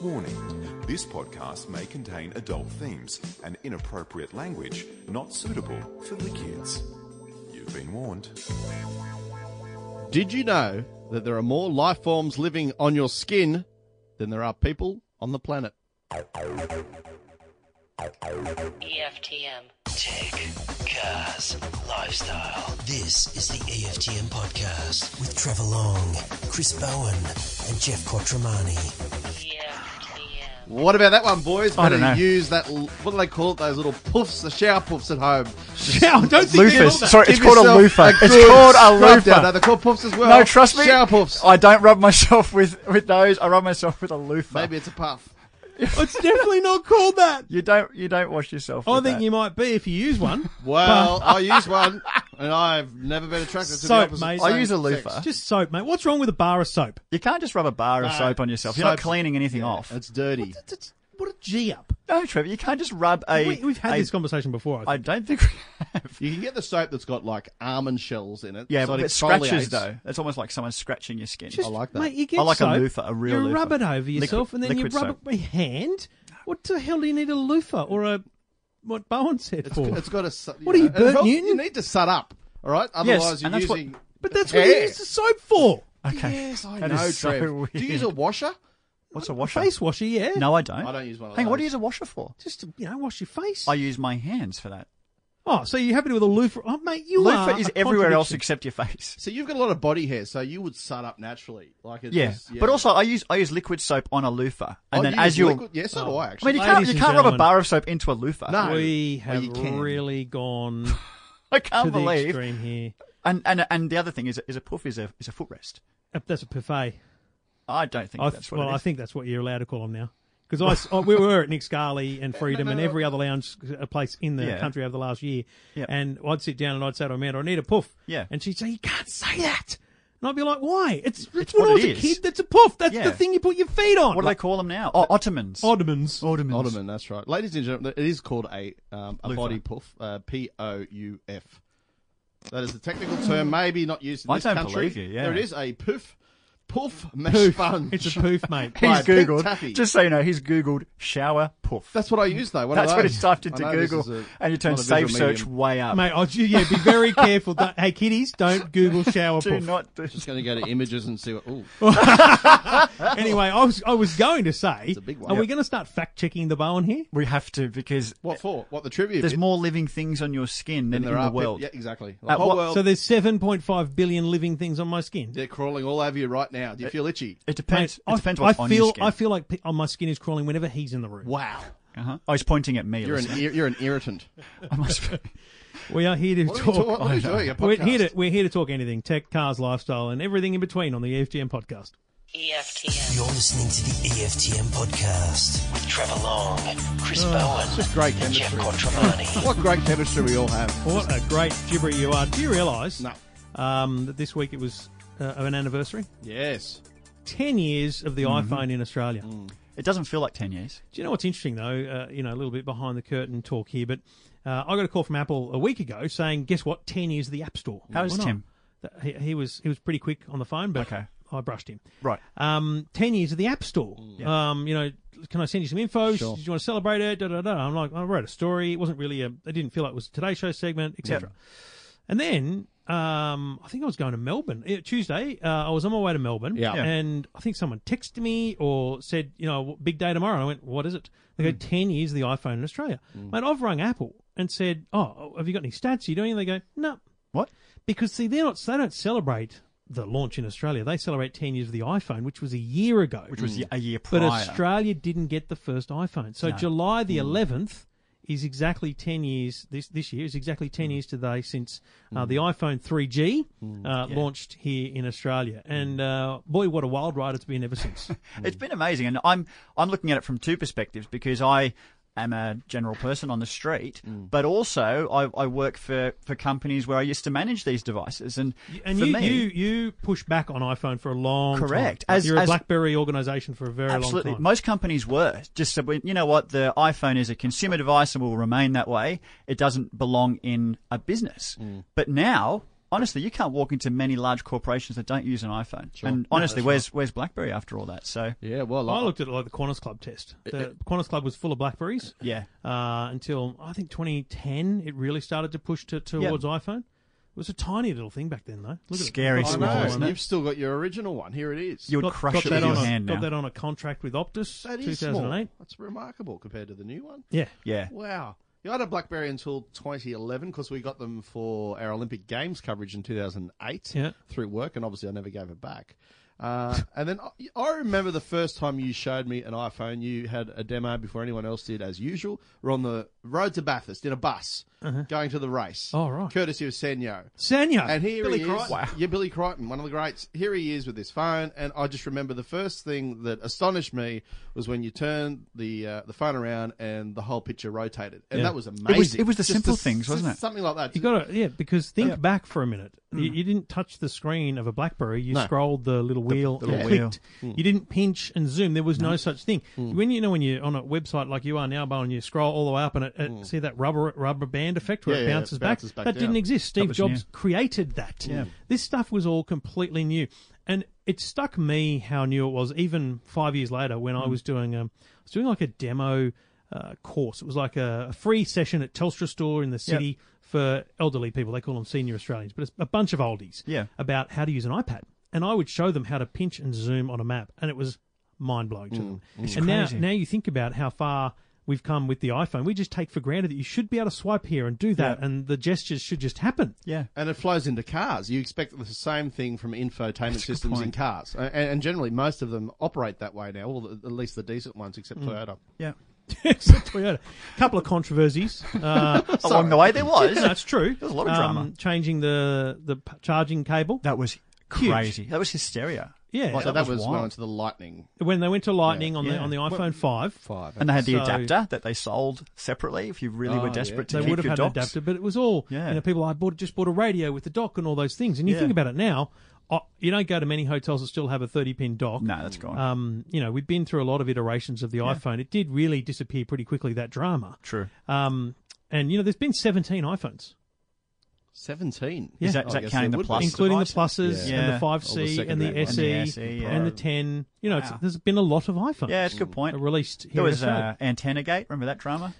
Warning This podcast may contain adult themes and inappropriate language not suitable for the kids. You've been warned. Did you know that there are more life forms living on your skin than there are people on the planet? EFTM. Tech, cars, lifestyle. This is the EFTM podcast with Trevor Long, Chris Bowen, and Jeff Quattromani. EFTM. What about that one, boys? I don't Better know. use that. l- What do they call it? Those little poofs, the shower poofs at home. Shower- don't think they Give do that. yourself Sorry, it's called a loofah. It's good called a scrub loofah. down. No, they're called poofs as well. No, trust me. Shower poofs. I don't rub myself with, with those. I rub myself with a loofah. Maybe it's a puff. It's definitely not called that. You don't you don't wash yourself. I with think that. you might be if you use one. Well, I use one, and I've never been attracted to the Soap, opposite. mate. same I use a sex. loofah. Just soap, mate. What's wrong with a bar of soap? You can't just rub a bar of No. soap on yourself. You're not Soap's- cleaning anything off. It's dirty. It's- it's- What a G up. No, Trevor, you can't just rub a. we, we've had a- this conversation before. I I think. don't think we have. You can get the soap that's got like almond shells in it. Yeah, so but it exfoliates. scratches though. It's almost like someone scratching your skin. Just, I like that. Mate, you get I like a soap, loofah, a real You loofah. rub it over yourself Liquid- and then you liquid rub soap. it by hand. What the hell do you need a loofah or a what Bowen said It's, for? it's got a. su- What are you, it Bert helps- You Newton? need to sut up, all right? Yes, Otherwise, and you're that's what- using. but that's what you Hair. use the soap for. okay. Yes, I That know, is so Trev. Do you use a weird. washer? What's a washer? Face washer, yeah. No, I don't. I don't use one of Hang on, what do you those. use a washer for? Just to, you know, wash your face. I use my hands for that. oh, so you're happy with a loofah? Oh, mate, you Loofah are is a everywhere else contradiction. except your face. So you've got a lot of body hair, so you would sut up naturally, like it's Yeah. just- but also I use I use liquid soap on a loofah, and Oh, then you as use you, liquid- yeah, so do I I actually. mean, you can't Ladies you and can't rub a gentlemen. bar of soap into a loofah. No. We Well, have you can. really gone I to can't the believe. extreme here. And and and the other thing is is a puff is a is a footrest. Uh, That's a buffet. I don't think I that's th- what well, it is. I think that's what you're allowed to call them now. Because I, oh, we were at Nick's Scarley and Freedom no, and no. every other lounge uh, place in the Yeah. country over the last year. Yep. And I'd sit down and I'd say to Amanda, I need a puff. Yeah. And she'd say, You can't say that. And I'd be like, Why? It's, it's, It's when what I it was a is. kid, that's a puff. That's Yeah. the thing you put your feet on. what Oh, do they call them now? Oh, ottomans. Ottomans. ottomans. Ottoman, that's right. Ladies and gentlemen, it is called a um, a Loofah. body puff, uh, P O U F. That is the technical term, maybe not used in I this don't country. believe you, yeah. There it is, a poof, poof mesh sponge. It's a poof, mate. He's Right, Pink Taffy. googled. Just so you know, he's googled shower puff. That's what I use though. One That's of what those. it's typed I into know this Google, is a- and you turn not a visual save search medium. way up. Mate, I'll ju- yeah, be very careful. Don't- hey, kiddies, don't Google shower Do puff. not do. Just going to go to images and see what. Ooh, Anyway, I was I was going to say, a big one. are we going to start fact checking the Bowen here? We have to because what for? What the trivia? there's bit? more living things on your skin than than there in are the peop- world. yeah, exactly. The At whole what- world. So there's 7.5 billion living things on my skin. they're crawling all over you right now. Do you feel itchy? It depends. Mate, it depends I, what's I on feel, your skin. I feel like pe- oh, my skin is crawling whenever he's in the room. Wow, uh-huh. I was pointing at me. you're an listener. ir- you're an irritant. I must be. We are here to What are you, talk. talk, what are you doing? A we're, podcast? here to, we're here to talk anything tech, cars, lifestyle, and everything in between on the EFGM podcast. EFTM. You're listening to the EFTM podcast with Trevor Long, Chris It's Bowen, just Oh, great and Jeff chemistry. Quattromani. What great chemistry we all have. What a great gibber you are. Do you realise No. um, that this week it was uh, an anniversary? Yes. 10 years of the Mm-hmm. iPhone in Australia. It doesn't feel like ten years. Do you know what's interesting though? Uh, you know, a little bit behind the curtain talk here, but uh, I got a call from Apple a week ago saying, "Guess what? Ten years of the App Store." How is Why not? Tim? That- He, he was he was pretty quick on the phone, but Okay. I brushed him. Right. Um, ten years of the App Store. Um, you know, can I send you some info? Mm. Sure. Do you want to celebrate it? Da, da, da. I'm like, I wrote a story. It wasn't really a. I didn't feel like it was a Today Show segment, etc. And then um, I think I was going to Melbourne Eh, Tuesday. Uh, I was on my way to Melbourne. Yeah. Yeah. And I think someone texted me or said, you know, big day tomorrow. And I went, what is it? They Mm. go, 10 years of the iPhone in Australia. Mate, I've rung Apple and said, oh, have you got any stats? Are you doing? And they go, no. What? Because, see, they're not, they don't celebrate the launch in Australia. They celebrate 10 years of the iPhone, which was a year ago. Which was a year prior. Mm. Mm. But Australia didn't get the first iPhone. So July the 11th is exactly 10 years, this, this year is exactly Mm. 10 years today since uh, the iPhone 3G uh, launched here in Australia. Mm. And uh, boy, what a wild ride it's been ever since. It's been amazing, and I'm I'm looking at it from two perspectives because I am a general person on the street, Mm. but also I, I work for, for companies where I used to manage these devices, and And for you, me, you, you push back on iPhone for a long time. Correct. As- You're a as- BlackBerry organisation for a very absolutely, long time. most companies were just said, "Well, you know what, the iPhone is a consumer Mm. device and will remain that way. It doesn't belong in a business, but now. honestly, you can't walk into many large corporations that don't use an iPhone. And honestly, where's where's BlackBerry after all that? So Yeah, well, I looked at it like the Qantas Club test. The Qantas Club was full of Blackberries. Uh, yeah, uh, until I think 2010. It really started to push to, towards iPhone. It was a tiny little thing back then, though. Look Scary at it. I small, know, isn't and it? you've still got your original one. Here it is. you would Got, crush got it that with your on a, hand got now. that on a contract with Optus, that is small. 2008. That's remarkable compared to the new one. Yeah, Yeah, Wow. Yeah, I had a BlackBerry until 2011 because we got them for our Olympic Games coverage in 2008 Yeah. through work, and obviously I never gave it back. Uh, and then I, I remember the first time you showed me an iPhone. You had a demo before anyone else did, as usual. We're on the road to Bathurst in a bus going to the race. Uh-huh. Oh, right. Courtesy of Senyo. Sanya Ah, And here Billy he is. Crichton. Yeah, Billy Crichton, one of the greats. Here he is with his phone, and I just remember the first thing that astonished me was when you turned the uh, the phone around and the whole picture rotated, and Yeah. that was amazing. it was the simple things, s- wasn't it? Something like that. You got to yeah, because think back for a minute. You, you didn't touch the screen of a BlackBerry. You No. scrolled the little wheel little and wheel. clicked. You didn't pinch and zoom. There was no, such thing. When you know when you're on a website like you are now, Bowen, you scroll all the way up and it, it, see that rubber rubber band effect where Yeah, it yeah, it bounces, bounces back back. down. That didn't exist. Steve was Jobs created that. This stuff was all completely new, and it stuck me how new it was. Even five years later, when I Hmm. was doing um, I was doing like a demo. Uh, course. It was like a, a free session at Telstra store in the city Yep. for elderly people. They call them senior Australians, but it's a bunch of oldies Yeah. about how to use an iPad. And I would show them how to pinch and zoom on a map, and it was mind blowing to them. and Hmm. crazy. now, now you think about how far we've come with the iPhone. We just take for granted that you should be able to swipe here and do that, Yeah. and the gestures should just happen. yeah. and it flows into cars. You expect the same thing from infotainment systems in point. cars, A- and, and generally most of them operate that way now. Well, at least the decent ones, except Toyota. Hmm. Yeah. Except Toyota. A couple of controversies. Uh, Along the way, there was. no, it's true. Um, There's a lot of drama. Changing the the p- charging cable. That was crazy. That was hysteria. Yeah. so that that was was, wild. went to the Lightning When they went to Lightning on the Yeah. on the iPhone five, Five. And they had the So- adapter that they sold separately if you really Oh, were yeah. desperate they to keep would have your had docs. an adapter, but it was all Yeah. you know. People I bought just bought a radio with the dock and all those things, and you Yeah. think about it now, uh, you don't go to many hotels that still have a thirty pin dock. No, that's gone. Um, you know, we've been through a lot of iterations of the iPhone. It did really disappear pretty quickly. That drama. True. Um, and you know, there's been seventeen iPhones, Seventeen. Is that- Oh, is I that guess counting there the would be. plus? including the devices. pluses Yeah. and Yeah. the five C All the and the secondary ones. SE And the and SE, the, yeah. ten. You know, it's, Wow. there's been a lot of iPhones. Yeah, it's a good point. Released here There was in Australia. uh, Antenna Gate. Remember that drama?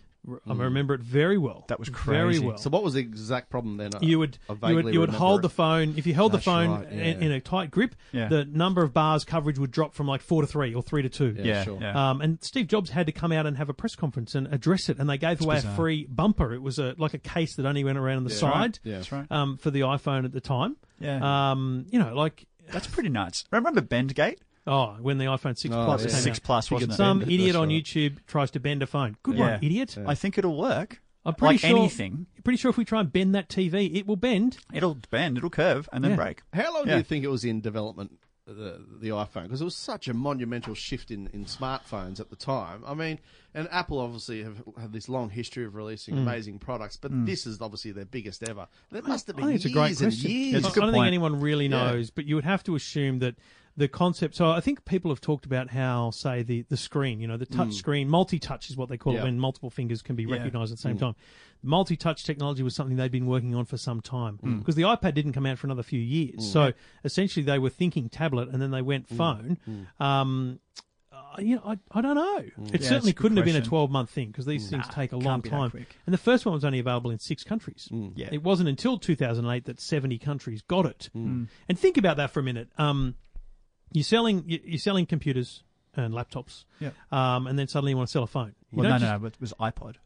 I remember it very well. That was Very crazy. well. So what was the exact problem then? I- you would I you would, vaguely you would remember hold it. the phone if you held That's the phone right, yeah. in, in a tight grip Yeah. the number of bars coverage would drop from like 4 to 3 or 3 to 2 Yeah, yeah. sure. yeah. Um, and Steve Jobs had to come out and have a press conference and address it, and they gave away a free bumper. It was a like a case that only went around on the side Yeah. That's right. um, for the iPhone at the time. Yeah. Um, you know, like That's pretty nuts. Remember Bend Gate? oh, when the iPhone six Oh, plus yeah. came Six out. plus, wasn't it? some Bend it, idiot that's on right. YouTube tries to bend a phone. Good Yeah. one, idiot. I think it'll work. I'm pretty like sure anything, Pretty sure if we try and bend that TV, it will bend. it'll bend, it'll curve, and then Yeah. break. How long do Yeah. you think it was in development, the, the iPhone? Because it was such a monumental shift in, in smartphones at the time. I mean, and Apple obviously have had this long history of releasing amazing products, but this is obviously their biggest ever. That must have Mm. I been think years it's a great and question. years. It's a I good don't point. think anyone really knows, but you would have to assume that the concept. So I think people have talked about how, say, the, the screen, you know, the touch screen, multi touch is what they call Mm. Yeah. Mm. it when multiple fingers can be recognized at the same time. Multi touch technology was something they'd been working on for some time Mm. because the iPad didn't come out for another few years. So essentially, they were thinking tablet and then they went Mm. phone. Um, I- you know, I, I Mm. don't know. It Yeah, certainly it's a good couldn't have been a question. 12 month thing because these things take a long Mm. be that time. quick. Mm. And the first one was only available in six countries. Yeah. It wasn't until 2008 that 70 countries got it. Mm. And think about that for a minute. Um, you're selling you- you're selling computers and laptops, Yeah. um, and then suddenly you want to sell a phone. You Well, no, don't no, just- no, but it was iPod.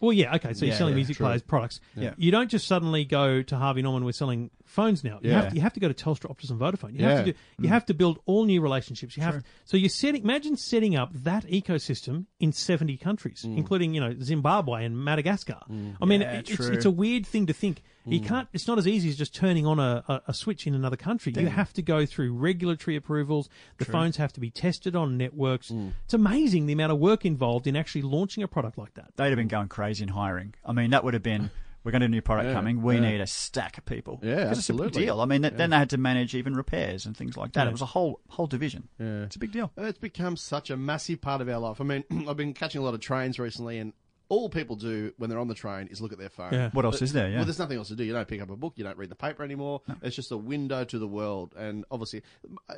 Well, yeah, okay. So Yeah, you're selling yeah, music true. players products. Yeah. You don't just suddenly go to Harvey Norman. We're selling phones now. You, Yeah. have to, you have to go to Telstra, Optus, and Vodafone. You Yeah. have to do, you Mm. have to build all new relationships. You have so you're setting. Imagine setting up that ecosystem in 70 countries, including you know Zimbabwe and Madagascar. I mean, Mm. Yeah, it's, true. Mm. it's a weird thing to think. You can't. It's not as easy as just turning on a, a, a switch in another country. You have to go through regulatory approvals. The phones have to be tested on networks. Mm. It's amazing the amount of work involved in actually launching a product like that. They'd have been going crazy in hiring. I mean, that would have been. We're going to have a new product Yeah, coming. We yeah. need a stack of people. Yeah, 'Cause it's a big absolutely. deal. I mean, th- then they had to manage even repairs and things like that. It was a whole whole division. Yeah. It's a big deal. And it's become such a massive part of our life. I mean, I've been catching a lot of trains recently, and all people do when they're on the train is look at their phone. Yeah. What else is there? Yeah. Well, there's nothing else to do. You don't pick up a book. You don't read the paper anymore. It's just a window to the world. And obviously,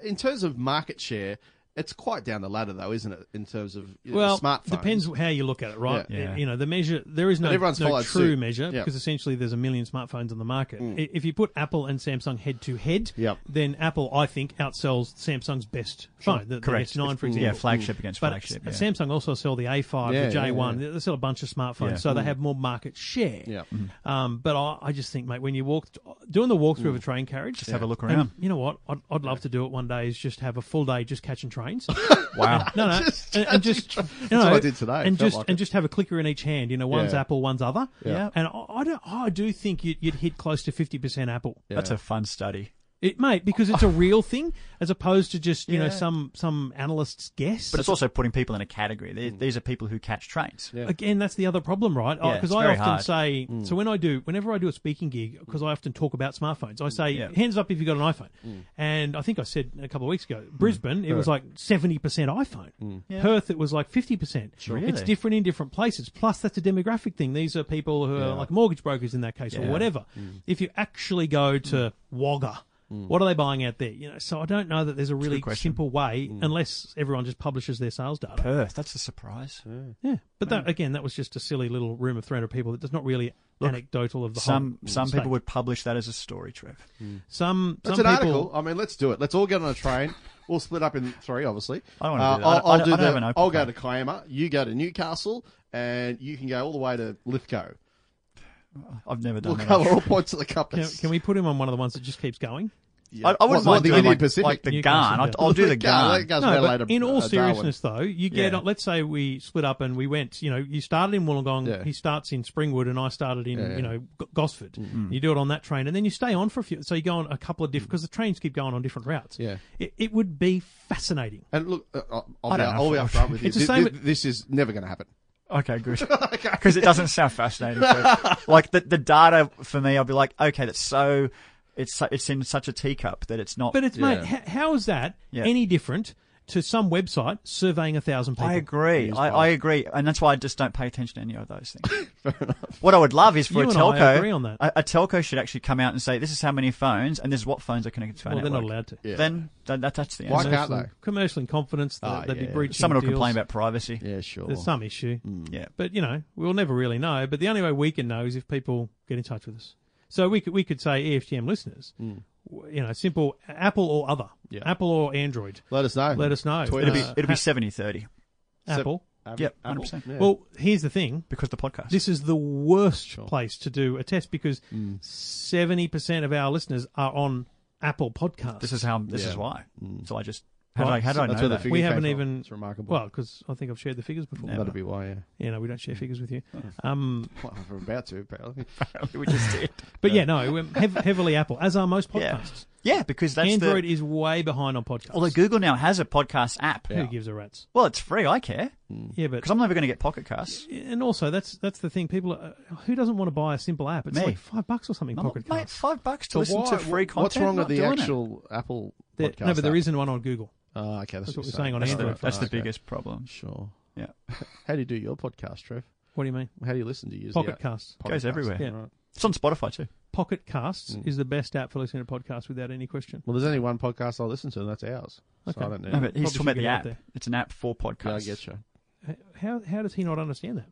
in terms of market share, it's quite down the ladder, though, isn't it? In terms of you know, well, smartphones. depends how you look at it, right? Yeah. Yeah. You know, the measure there is no, But everyone's no followed true suit. measure Yeah. Mm. because essentially there's a million smartphones on the market. I If you put Apple and Samsung head to head, Yep. then Apple, I think, outsells Samsung's best phone, the, Correct. the S9, for example. Yeah, flagship against But flagship. S- yeah. Samsung also sell the A5, Yeah, the yeah, J1. yeah. They sell a bunch of smartphones, Yeah. so they have more market share. Yeah. Mm-hmm. Um, but I, I just think, mate, when you walk doing the walkthrough Mm. of a train carriage, just have a look around. You know what? I'd, I'd love to do it one day. Is just have a full day just catching trains. Wow. No, no, Just and, and just you know, what I did today. It and felt just like and it. just have a clicker in each hand. You know, one's Yeah. Apple, one's other. Yeah. And I, I don't, I do think you'd, you'd hit close to fifty percent Apple, That's a fun study. it, mate, because it's a real thing as opposed to just you know Yeah. some some analyst's guess. But it's also putting people in a category. They- These are people who catch trains. again, that's the other problem, right? Yeah, Because it's I very often hard. Mm. say, so when I do, whenever I do a speaking gig, because I often talk about smartphones, I say, Yeah. Mm. hands up if you've got an iPhone. And I think I said a couple of weeks ago, Brisbane, it was like 70% iPhone. Yeah. Perth, it was like 50%. It's Mm. Really? different in different places. Plus, that's a demographic thing. These are people who are like mortgage brokers in that case or Yeah. Mm. whatever. If you actually go to Wagga, what are they buying out there? You know, so I don't know that there's a really question. Mm. simple way, unless everyone just publishes their sales data. Perth, that's a surprise. Yeah, but that again, that was just a silly little room of 300 people. That's not really anecdotal of the Some whole. some state. people would publish that as a story, Trev. Some That's some an people. article. I mean, let's do it. Let's all get on a train. We'll split up in three, obviously. Uh, I don't wanna do that. I I'll, don't- I'll I don't- do I don't the- have an open I'll go plan. to Kiama. You go to Newcastle, and you can go all the way to Lithgow. I've never done We'll that. cover all points of the Can, compass. can we put him on one of the ones that just keeps going? I, I What, wouldn't mind the doing Indian like, Pacific? like the Newcastle, Garn. yeah. I'd, I'll do the Garn. Goes no, way but later, in all uh, Darwin. seriousness, though, you get Yeah. on. Let's say we split up and we went. You know, you started in Wollongong. Yeah. He starts in Springwood, and I started in you know G- Gosford. You do it on that train, and then you stay on for a few. So you go on a couple of different because the trains keep going on different routes. Yeah. it, it would be fascinating. And look, uh, I'll, I'll, I be, don't know. I'll be upfront with you. It's the Th- same- th- This is never going to happen. Okay, good. Because it doesn't sound fascinating. So, like the the data for me, I'll be like, okay, that's so. It's so- it's in such a teacup that it's not. But it's mate, h- how is that Yeah. any different to some website surveying a thousand people? I agree. I, I agree, and that's why I just don't pay attention to any of those things. What I would love is for You a and I telco. agree on that. A, a telco should actually come out and say, "This is how many phones, and this is what phones are connected to our Well, they're not network." allowed to. Yeah. Then that, that, that's the Why answer. can't they? Commercial- Commercial in confidence, they- Ah, they'd be yeah. breaching. Someone will deals. complain about Hmm. privacy. Yeah, sure. There's some issue, Yeah. but you know we'll never really know. But the only way we can know is if people get in touch with us. So we could we could say E EFTM listeners, Hmm. w- you know, simple Apple or other, Yeah. Apple or Android. Let us know. Let us know. Tweet It'll be Uh, it'll be 70-30 Sep- Apple. Apple- Yep, Apple. 100%. Yeah. Well, here's the thing. because the podcast. This is the worst place to do a test because Hmm. seventy percent of our listeners are on Apple Podcasts. This is how. This is Yeah. why. So I just how did Mm. Right. I, how did I That's know where the that? figure we came haven't from. even. It's remarkable. Well, because I think I've shared the figures before. Never. Hmm. That'd be why. Yeah. You know, we don't share figures with you. Um, Well, we're about to, apparently. we just did. but yeah, no, we're heav- heavily Apple, as are most Yeah. podcasts. Yeah, because that's Android the. is way behind on podcasts. Although Google now has a podcast app. Who gives a rat's? Well, it's free. I care Yeah, but because I'm never going to get Pocket Casts. and also that's that's the thing. People, are, who doesn't want to buy a simple app? It's Me. like five bucks or something. I'm Pocket not- mate, Casts. five bucks to But listen why- to free content. What's wrong with Not the doing it. actual Apple There- podcast? no, but there app? isn't one on Google. Oh, okay. That's, what That's what you're we're saying on That's Android the- That's the okay. biggest problem. Sure. Yeah, How do you do your podcast, Trev? What do you mean? How do you listen to you? Use the Pocket app? Casts. Podcast. Goes everywhere. Mm. Yeah. Right. it's on Spotify too. Pocket Casts is the best app for listening to podcasts without any question. Well, there's only one podcast I listen to, and that's ours. So I don't know. No, but he's Probably should talking about get the out app. there. It's an app for yeah, I podcasts. get you. How how does he not understand that?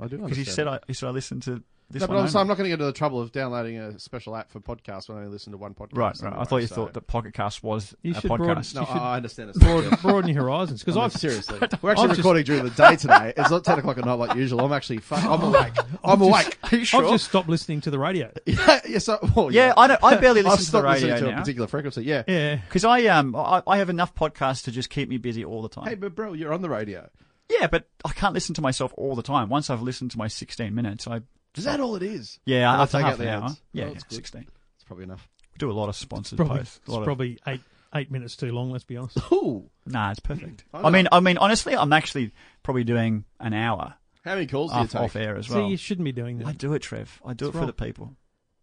I do Because he understand said that. I he said I listened to this No, but one. I'm, only. I'm not going to get into the trouble of downloading a special app for podcasts when I only listen to one podcast. Right, right. I anyway, thought you so- thought that Pocket Cast was You a should broaden- podcast. No, you should- I I understand. It's Broaden, broaden your horizons because I mean, I've seriously, we're actually I've just- recording during the day today. It's not ten o'clock at night like usual. I'm actually, fuck, I'm Oh, awake. I'm awake. Are you sure? I've just stopped listening to the radio. yeah, yeah, so, well, yeah, yeah. I don't. I barely I've listen to the stopped listening radio to a now particular frequency. Yeah. Yeah. because I um I, I have enough podcasts to just keep me busy all the time. Hey, but bro, you're on the radio. yeah, but I can't listen to myself all the time. Once I've listened to my 16 minutes, I Is that all it is? yeah I'll after take out half the an hour. ads. Yeah, Oh, yeah that's good. 16. It's probably enough. We do a lot of sponsored Probably, posts. it's a lot of- probably eight eight minutes too long. Let's be honest. Ooh, nah, it's perfect. I I mean, I mean, honestly, I'm actually probably doing an hour how many calls do you off, take? off air as So well. you shouldn't be doing that. I do it, Trev. I do it for wrong. the people.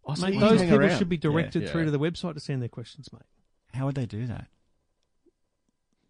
Oh, so Mate, you those hang people around. should be directed Yeah. through to the website to send their questions, mate. How would they do that?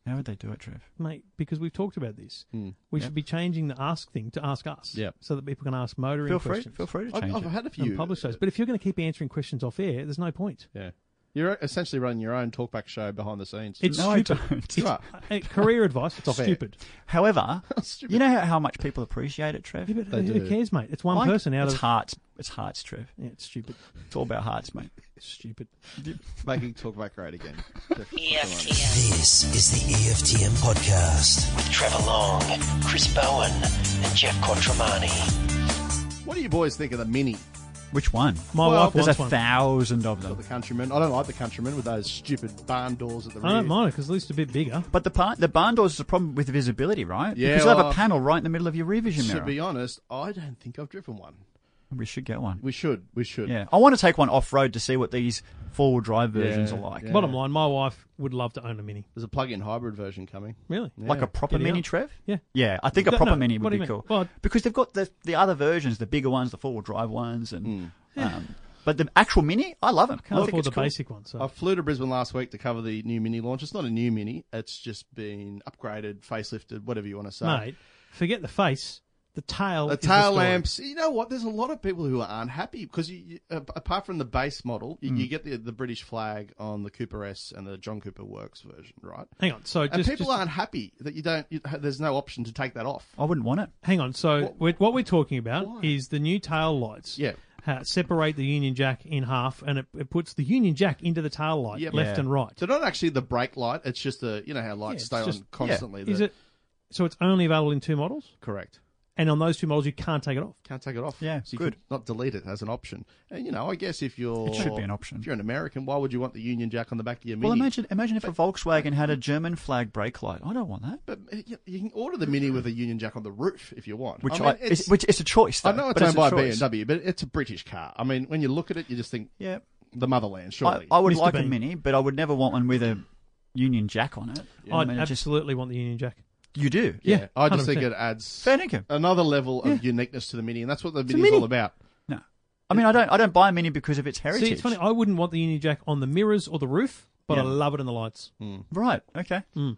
How would they do it, Trev? mate, because we've talked about this. We should be changing the ask thing to ask us, Yep. so that people can ask motoring Feel free, questions feel free uh, to I've, change I've it. had a and few. publish those. But if you're going to keep answering questions off air, there's no point. Yeah, you're essentially running your own talkback show behind the scenes. It's No, I stupid. don't. It's- uh, career advice. It's Off air. stupid. However, Stupid. you know how, how much people appreciate it, Trev. Yeah, but They who do. cares, mate? It's one Like, person out it's of. hearts. It's hearts, Trev. Yeah, it's stupid. It's all about hearts, mate. Stupid. making talkback great again. EFTM. This is the EFTM podcast with Trevor Long, Chris Bowen, and Jeff Quattromani. what do you boys think of the mini? Which one? My Well, wife There's wants a one. thousand of Got them. the countryman. I don't like the countryman with those stupid barn doors at the rear. I don't mind it because at least a bit bigger. But the par- the barn doors is a problem with visibility, right? Yeah, Because you'll have well- a panel right in the middle of your rear vision To mirror. be honest, I don't think I've driven one. We should get one. We should. We should. Yeah, I want to take one off road to see what these four wheel drive versions Yeah, are like. yeah. Bottom line, my wife would love to own a mini. There's a plug-in hybrid version coming. Really? Like a proper Get it mini, out. Trev? Yeah. Yeah, I think a No, proper no, mini what would do be you mean? cool. Well- because they've got the the other versions, the bigger ones, the four wheel drive ones, and um, but the actual mini, I love them. Can't I think afford it's the cool. basic one. So I flew to Brisbane last week to cover the new mini launch. It's not a new mini. It's just been upgraded, facelifted, whatever you want to say. mate, forget the face. The tail. The is tail story. lamps. You know what? There's a lot of people who aren't happy because you, you, a- apart from the base model, Hmm. you, you get the the British flag on the Cooper S and the John Cooper Works version, right? Hang on. So just, and people just- aren't happy that you don't. You, there's no option to take that off. I wouldn't want it. hang on. So what, we're, what we're talking about Why? is the new tail lights. Yeah. Ha- separate the union jack in half, and it, it puts the union jack into the tail light, Yep. left Yeah. and right. So not actually the brake light. It's just the you know how Yeah, lights it's stay just- on constantly. Is the- it? So it's only available in two models, correct? and on those two models you can't take it off. Can't take it off. Yeah, so you good. Can not delete it as an option. And you know, I guess if you're It should be an option. If you're an American, why would you want the Union Jack on the back of your Well, Mini? imagine imagine if a Volkswagen had a German flag brake light. I don't want that. But uh, you, you can order the Mini with a Union Jack on the roof if you want. Which I, mean, it's, which it's a choice. Though, I know it's but owned by a choice. BMW, but it's a British car. I mean, when you look at it, you just think Yeah, the motherland, surely. I, I would Mr. like a Bean. mini, but I would never want one with a Union Jack on it. I I'd mean, it just- absolutely want the union jack. you do. yeah, I just 100%. think it adds fair dinkum. another level of uniqueness to the Mini, and that's what the Mini's Mini. all about. No, I mean I don't. I don't buy a mini because of its heritage. See, it's funny. I wouldn't want the union jack on the mirrors or the roof, but I Yeah. love it in the lights. Right. Okay. Mm.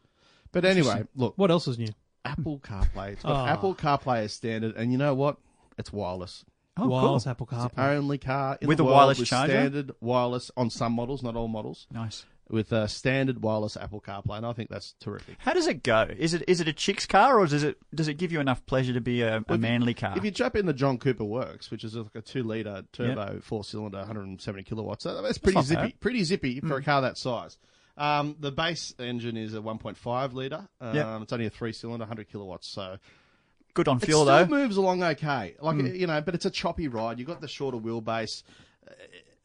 But anyway, look, What else is new? Apple CarPlay. It's got Ah. Apple CarPlay as standard, and you know what? It's wireless. Oh, Wireless cool. Apple CarPlay. Only car in With the a world wireless with charger? standard wireless on some models, not all models, Nice. with uh, standard wireless Apple CarPlay, and I think that's terrific. How does it go? Is it is it a chick's car, or does it does it give you enough pleasure to be a, a manly car? If you jump in the John Cooper Works, which is like a two-liter turbo four-cylinder, 170 kilowatts, so that's pretty not zippy. bad. Mm. Pretty zippy for a car that size. Um, the base engine is a 1.5 liter. Um, Yep. It's only a three-cylinder, 100 kilowatts. So Good on it fuel still though. Hmm. moves along okay. Like you know, but it's a choppy ride. You've got the shorter wheelbase. Uh,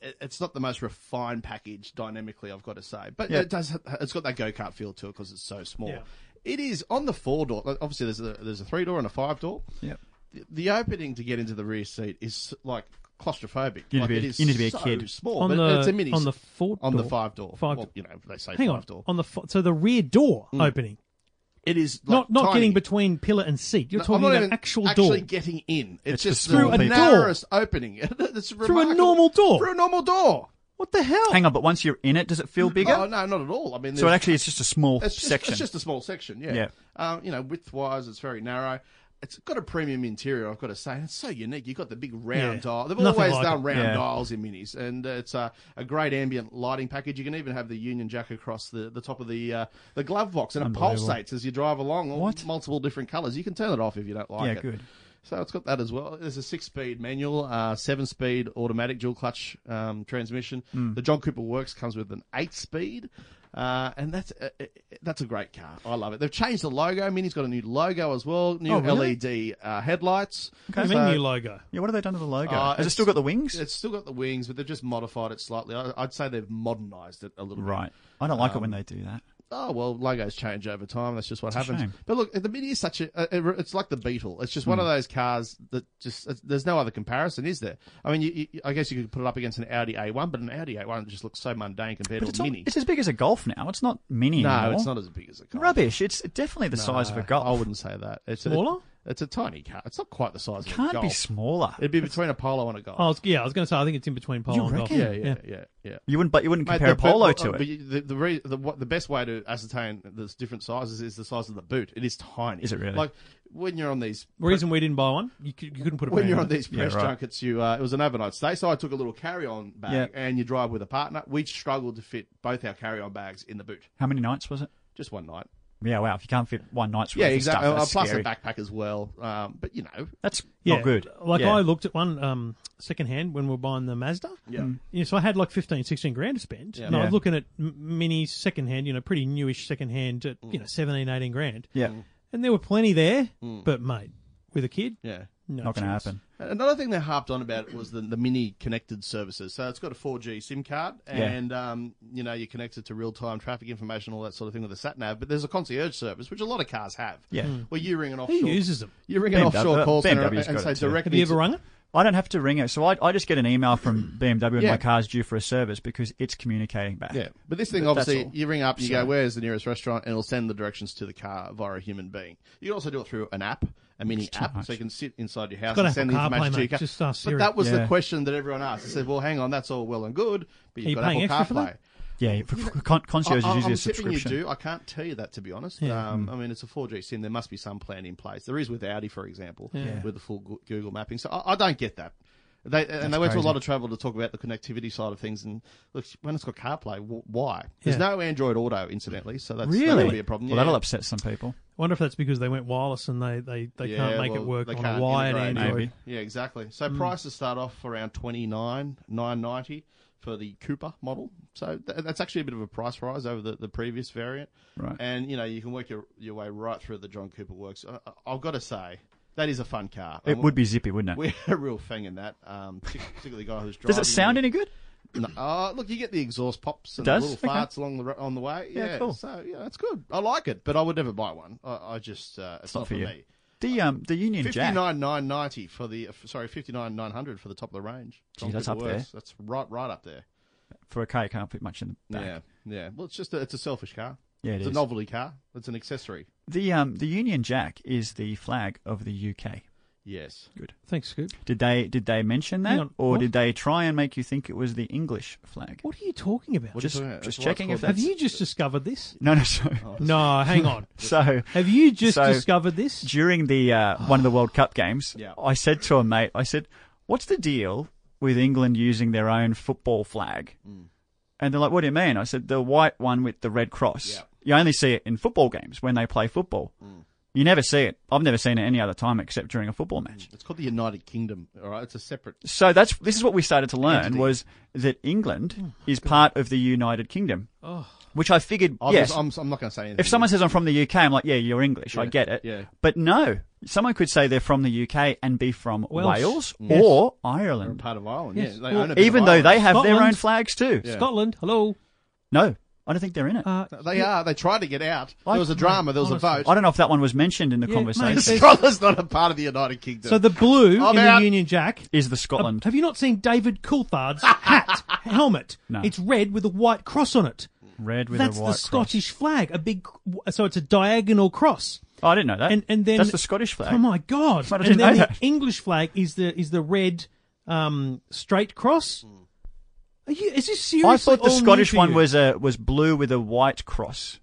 it- It's not the most refined package dynamically, I've got to say, but Yeah. it does. It's got that go kart feel to it because it's so small. It is on the four door. like, Obviously, there's a there's a three door and a five door. Yep. The, the opening to get into the rear seat is like claustrophobic. You need to Like, be a- it is you need to be a so kid. Small, On but the- it's a mini on the s- four on the door. five door. Five well, door. you know they say Hang five on, door. on the fo- so the rear door opening, It is like, not not tiny. getting between pillar and seat. You're No, talking I'm not about even actual actually door. getting in. It's, It's for just small through a people. narrowest opening. It's remarkable. normal door. Through a normal door. What the hell? Hang on, but once you're in it, does it feel bigger? Oh no, not at all. I mean, so there's- actually, it's just a small it's just, section. It's just a small section. Yeah. Yeah. Um, you know, width-wise, it's very narrow. It's got a premium interior. I've got to say, and it's so unique. You've got the big round Yeah. dial. They've Nothing always like done it. round Yeah. dials in minis, and uh, it's uh, a great ambient lighting package. You can even have the Union Jack across the, the top of the uh, the glove box, and it Unbelievable. pulsates as you drive along. all What? Multiple different colours. You can turn it off if you don't like yeah, it. good. So it's got that as well. There's a six-speed manual, uh, seven-speed automatic dual-clutch um, transmission. Hmm. The John Cooper Works comes with an eight-speed, uh, and that's uh, uh, that's a great car. I love it. They've changed the logo. Mini's got a new logo as well. New Oh, really? LED uh, headlights. I mean, So new logo. Yeah, what have they done to the logo? Uh, it's- Has it still got the wings? It's still got the wings, but they've just modified it slightly. I, I'd say they've modernised it a little bit. right. I don't like Um, it when they do that. oh well, logos change over time. That's just what a happens. shame. Hmm. But look, the Mini is such a uh, it- it's like the Beetle. It's just one of those cars that just it's- there's no other comparison, is there? I mean, you, you, I guess you could put it up against an Audi A1, but an Audi A1 just looks so mundane compared But to it's, a all, Mini. it's as big as a golf now. It's not mini no, anymore. it's not as big as a car. Rubbish. It's definitely the size of a I golf. wouldn't say that. It's Smaller? It's a tiny car. It's not quite the size of a Can't golf. be smaller. It'd be between a polo and a golf. Oh, I was, yeah, I was going to say I think it's in between polo You and golf. reckon? yeah, yeah, yeah, yeah. You wouldn't, but you wouldn't Mate, compare a the- polo but- uh, to but it. you- The, the, re- the, what, the best way to ascertain the different sizes is the size of the boot. It is tiny. Is it really? Like when you're on these Reason we didn't buy one, you, c- you couldn't put a when brand you're on on it. these press right. junkets, you uh, it was an overnight stay, so I took a little carry-on bag Yeah. and you drive with a partner. We struggled to fit both our carry-on bags in the boot How many nights was it? just one night. Yeah, wow. If you can't fit one night's worth Yeah, of exactly. stuff, Uh, that's plus scary. a backpack as well. Um, but you know, That's Yeah, not good. Like Yeah. I looked at one um, secondhand when we were buying the Mazda. Yeah. Mm. You know, so I had like 15, 16 grand to spend. And I Yeah. was looking at m- minis secondhand, you know, pretty newish secondhand at, Mm. you know, 17, 18 grand. Yeah, And there were plenty there, Mm. but mate, with a kid, yeah. no not going to chance. happen. Another thing they harped on about was the, the mini connected services. So it's got a 4G SIM card, and um, you know you're connected to real time traffic information, all that sort of thing with the sat nav. But there's a concierge service, which a lot of cars have. Yeah. Mm. where you ring an Who offshore, uses them? you ring an BMW offshore call center and, BMW's got say it too. directly. Have you ever to- rung it? I don't have to ring it, so I, I just get an email from BMW when Yeah. my car's due for a service because it's communicating back. Yeah, but this thing But that's obviously all. you ring up, you So- go, "Where's the nearest restaurant?" and it'll send the directions to the car via a human being. You can also do it through an app, a mini too app, much. so you can sit inside your house got and Apple send the information CarPlay, to your mate. car. Just ask but Siri. that was Yeah. the question that everyone asked. They said, "Well, hang on, that's all well and good, but you you've got paying Apple extra for CarPlay." that? yeah. For, for con- concierge is I, am usually a tipping you subscription. mm. do. I can't tell you that to be honest. Um, I mean, it's a 4G SIM. There must be some plan in place. There is with Audi, for example, with the full Gu- Google mapping. So I, I don't get that. They, and they went to a crazy. lot of trouble to talk about the connectivity side of things. And look, when it's got CarPlay, wh- why? There's no Android Auto, incidentally. So that's that Really? would be a problem. Well, yeah. that'll upset some people. I wonder if that's because they went wireless and they, they, they Yeah, can't make well, it work they on a can't wired integrate it. Android. Maybe. Yeah, exactly. So Mm. prices start off around twenty nine nine ninety for the Cooper model. So th- that's actually a bit of a price rise over the, the previous variant. Right. And you know you can work your your way right through the John Cooper works. I, I- I've got to say that is a fun car. It would be zippy, wouldn't it? We're a real thing in that, um, partic- particularly the guy who's driving. Does it sound any good? No, uh, look, you get the exhaust pops and It does? the little Okay. farts along the ro- on the way. Yeah, Yeah, cool. so yeah, that's good. I like it, but I would never buy one. I, I just uh, it's, not, for for you. me. The um the Union Fifty Jack. nine nine ninety for the uh, f- sorry fifty nine nine hundred for the top of the range. Gee, that's Don't up think it works. That's right, right up there. for a car, you can't fit much in the back. Yeah, yeah. Well, it's just a, it's a selfish car. Yeah, it it's is. a novelty car. It's an accessory. The um the Union Jack is the flag of the UK. Yes. Thanks, Scoop. Did they did they mention Hang that, on, or what? did they try and make you think it was the English flag? What are you talking about? What Just- are you talking about? just That's why it's checking if called Have you just discovered this? No, no. So, No, hang on. so Have you just So- discovered this? during the uh, one of the World Cup games, Yeah. I said to a mate, I said, "What's the deal with England using their own football flag?" Mm. And they're like, "What do you mean?" I said, "The white one with the red cross. Yeah. You only see it in football games when they play football. Mm. You never see it. I've never seen it any other time except during a football match." It's called the United Kingdom. All right, it's a separate. So that's this is what we started to learn Entity. was that England is part of the United Kingdom, Hmm. Oh. which I figured I'm, yes. I'm, I'm not going to say anything. if someone says I'm from the UK, I'm like, yeah, you're English. I Yeah, get it. yeah. But no, someone could say they're from the UK and be from Welsh. Wales Yes. or They're a Ireland, part of Ireland. Yes. Yeah, they Well, own a bit even of though Ireland. they have their own Scotland. flags too. Yeah. Scotland, hello. No, I don't think they're in it. Uh, They are. They tried to get out. I- There was a drama. There was a honestly. vote. I don't know if that one was mentioned in the Yeah, mate, conversation. there's- Scotland's not a part of the United Kingdom. So the blue I'm in out. the Union Jack. Uh, Is the Scotland? Have you not seen David Coulthard's hat helmet? No. It's red with a white cross on it. Red with That's a white the cross. Scottish flag. A big, so it's a diagonal cross. Oh, I didn't know that. And and then that's the Scottish flag. Oh my god! But I and didn't then know the that. English flag is the is the red um, straight cross. Are you, is this Hmm. seriously? I thought the all new Scottish for one you? was a was blue with a white cross,